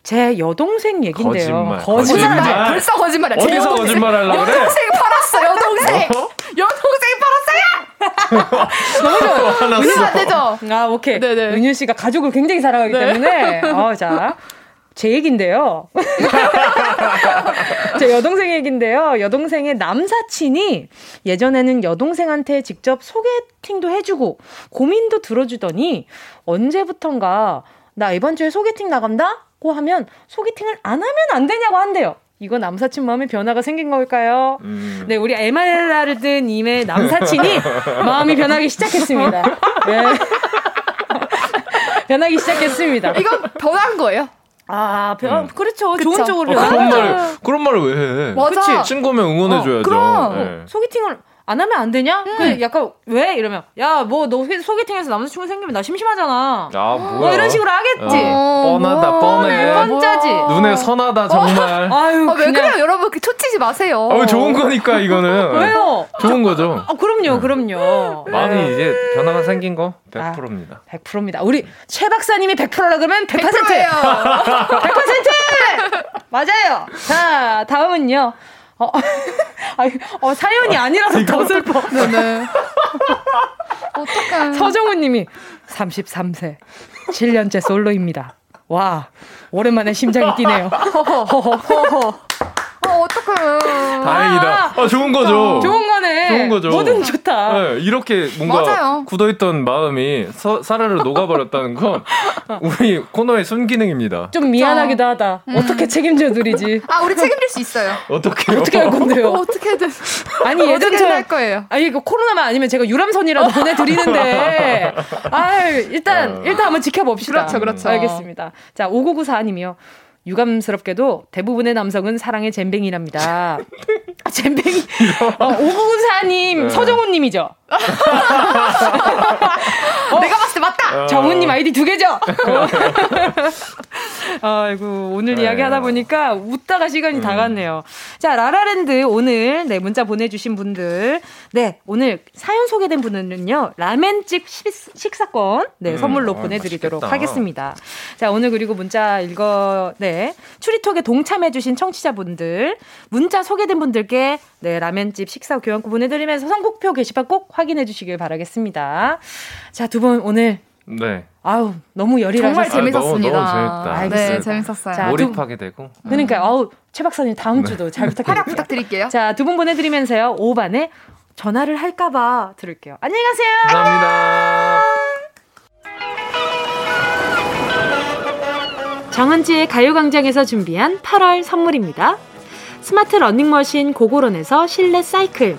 제 여동생 얘긴데요. 거짓말, 거짓말. 거짓말. 벌써 거짓말이야. 제 어디서 여동생. 거짓말 하려고 그래? 여동생 팔았어. 여동생. 어? 여동생 팔았어요. 너무 좋아요. 화났어. 은유가 되죠? 아, 오케이. 은유 씨가 가족을 굉장히 사랑하기 네. 때문에. 어, 자. 제 얘긴데요. 제 여동생 얘긴데요. 여동생의 남사친이 예전에는 여동생한테 직접 소개팅도 해주고 고민도 들어주더니 언제부턴가 나 이번 주에 소개팅 나간다? 고 하면 소개팅을 안 하면 안 되냐고 한대요. 이건 남사친 마음에 변화가 생긴 걸까요? 음. 네, 우리 에말라를 든 님의 남사친이 마음이 변하기 시작했습니다. 네. 변하기 시작했습니다. 이건 변한 거예요? 아, 변, 그렇죠. 좋은 그쵸. 쪽으로 음. 아, 어, 변한 그런 거죠. 말 그런 말을 왜 해? 맞아. 그치? 친구면 응원해줘야죠. 그럼 예. 소개팅을 안 하면 안 되냐? 음. 그 약간 왜 이러면 야 뭐 너 소개팅에서 남자친구 생기면 나 심심하잖아. 아 뭐 뭐야? 이런 식으로 하겠지. 어, 뻔하다 뻔해. 네, 뻔짜지. 눈에 선하다 정말. 아유, 아, 왜 그냥- 그래요, 여러분? 그 초치지 마세요. 어, 좋은 거니까 이거는. 왜요? 네. 좋은 거죠. 네. 아 그럼요, 그럼요. 마음이 이제 변화가 생긴 거 100%입니다. 100%입니다. 우리 최 박사님이 100%라 그러면 100%. 100%예요. 100%! 맞아요. 자, 다음은요. 어, 아유, 어, 사연이 아니라서 더 슬퍼. 어떡해. 서정훈 님이 33세, 7년째 솔로입니다. 와, 오랜만에 심장이 뛰네요. 허허허허. 어, 어떡해. 다행이다. 아, 좋은 거죠. 어, 좋은 거네. 좋은 거죠. 뭐든 좋다. 네, 예, 이렇게 뭔가 맞아요. 굳어있던 마음이 서, 사르르 녹아버렸다는 건 우리 코너의 순기능입니다. 좀 미안하기도 하다. 음. 어떻게 책임져 드리지? 아, 우리 책임질 수 있어요. 어떻게 해요? 어떻게 할 건데요? 어떻게든. 아니 예전처럼 어떻게든 할 거예요. 어. 아 이거 코로나만 아니면 제가 유람선이라도 보내드리는데 아 일단 일단 한번 지켜봅시다. 그렇죠, 그렇죠. 알겠습니다. 자 5994님이요. 유감스럽게도 대부분의 남성은 사랑의 잼뱅이랍니다. 아, 잼뱅이. 어, 5994님, 네. 서정훈님이죠. 내가 봤을 때 어. 맞다! 정훈님 아이디 두 개죠? 아이고 네. 오늘 이야기 하다 보니까 웃다가 시간이 음. 다 갔네요. 자 라라랜드 오늘 네 문자 보내주신 분들 네 오늘 사연 소개된 분은요 라멘집 시- 식사권 네 음, 선물로 아, 보내드리도록 맛있겠다. 하겠습니다. 자 오늘 그리고 문자 읽어 네 추리톡에 동참해주신 청취자분들 문자 소개된 분들께 네 라멘집 식사 교환권 보내드리면서 선곡표 게시판 꼭 확인해주시길 바라겠습니다. 자 두 분 오늘 네. 아우 너무 열이 정말 나셔서- 재밌었습니다. 아, 너무, 너무 재밌다. 알겠습니다. 네, 재밌었어요. 자, 두- 몰입하게 되고. 음. 그러니까 아우 최 박사님 다음 네. 주도 잘 부탁드릴게요. 활약 부탁드릴게요. 자, 두 분 보내드리면서요. 5반에 전화를 할까봐 들을게요. 안녕히 가세요. 감사합니다. 정은지의 가요광장에서 준비한 8월 선물입니다. 스마트 러닝머신 고고런에서 실내 사이클.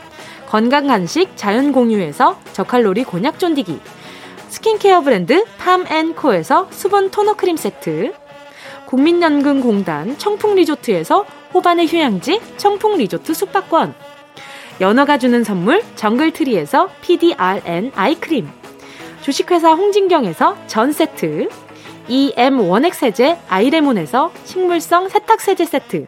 건강 간식 자연 공유에서 저칼로리 곤약 쫀디기, 스킨케어 브랜드 팜앤코에서 수분 토너 크림 세트, 국민연금공단 청풍리조트에서 호반의 휴양지 청풍리조트 숙박권, 연어가 주는 선물 정글트리에서 PDRN 아이크림, 주식회사 홍진경에서 전 세트, EM 원액 세제 아이레몬에서 식물성 세탁 세제 세트.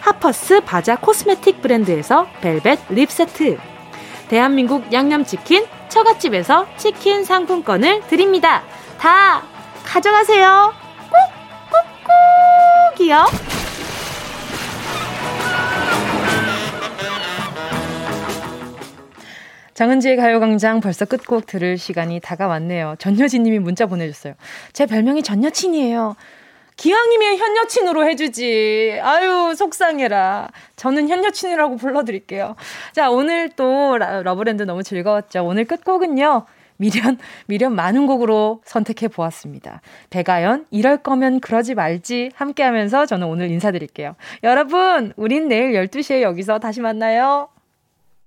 하퍼스 바자 코스메틱 브랜드에서 벨벳 립 세트 대한민국 양념치킨 처갓집에서 치킨 상품권을 드립니다 다 가져가세요 꾹꾹꾹이요 장은지의 가요광장 벌써 끝곡 들을 시간이 다가왔네요. 전여진님이 문자 보내줬어요. 제 별명이 전여친이에요. 기왕이면 현여친으로 해주지. 아유 속상해라. 저는 현여친이라고 불러드릴게요. 자 오늘 또 라- 러브랜드 너무 즐거웠죠. 오늘 끝곡은요. 미련 미련 많은 곡으로 선택해 보았습니다. 배가연 이럴 거면 그러지 말지 함께하면서 저는 오늘 인사드릴게요. 여러분 우린 내일 12시에 여기서 다시 만나요.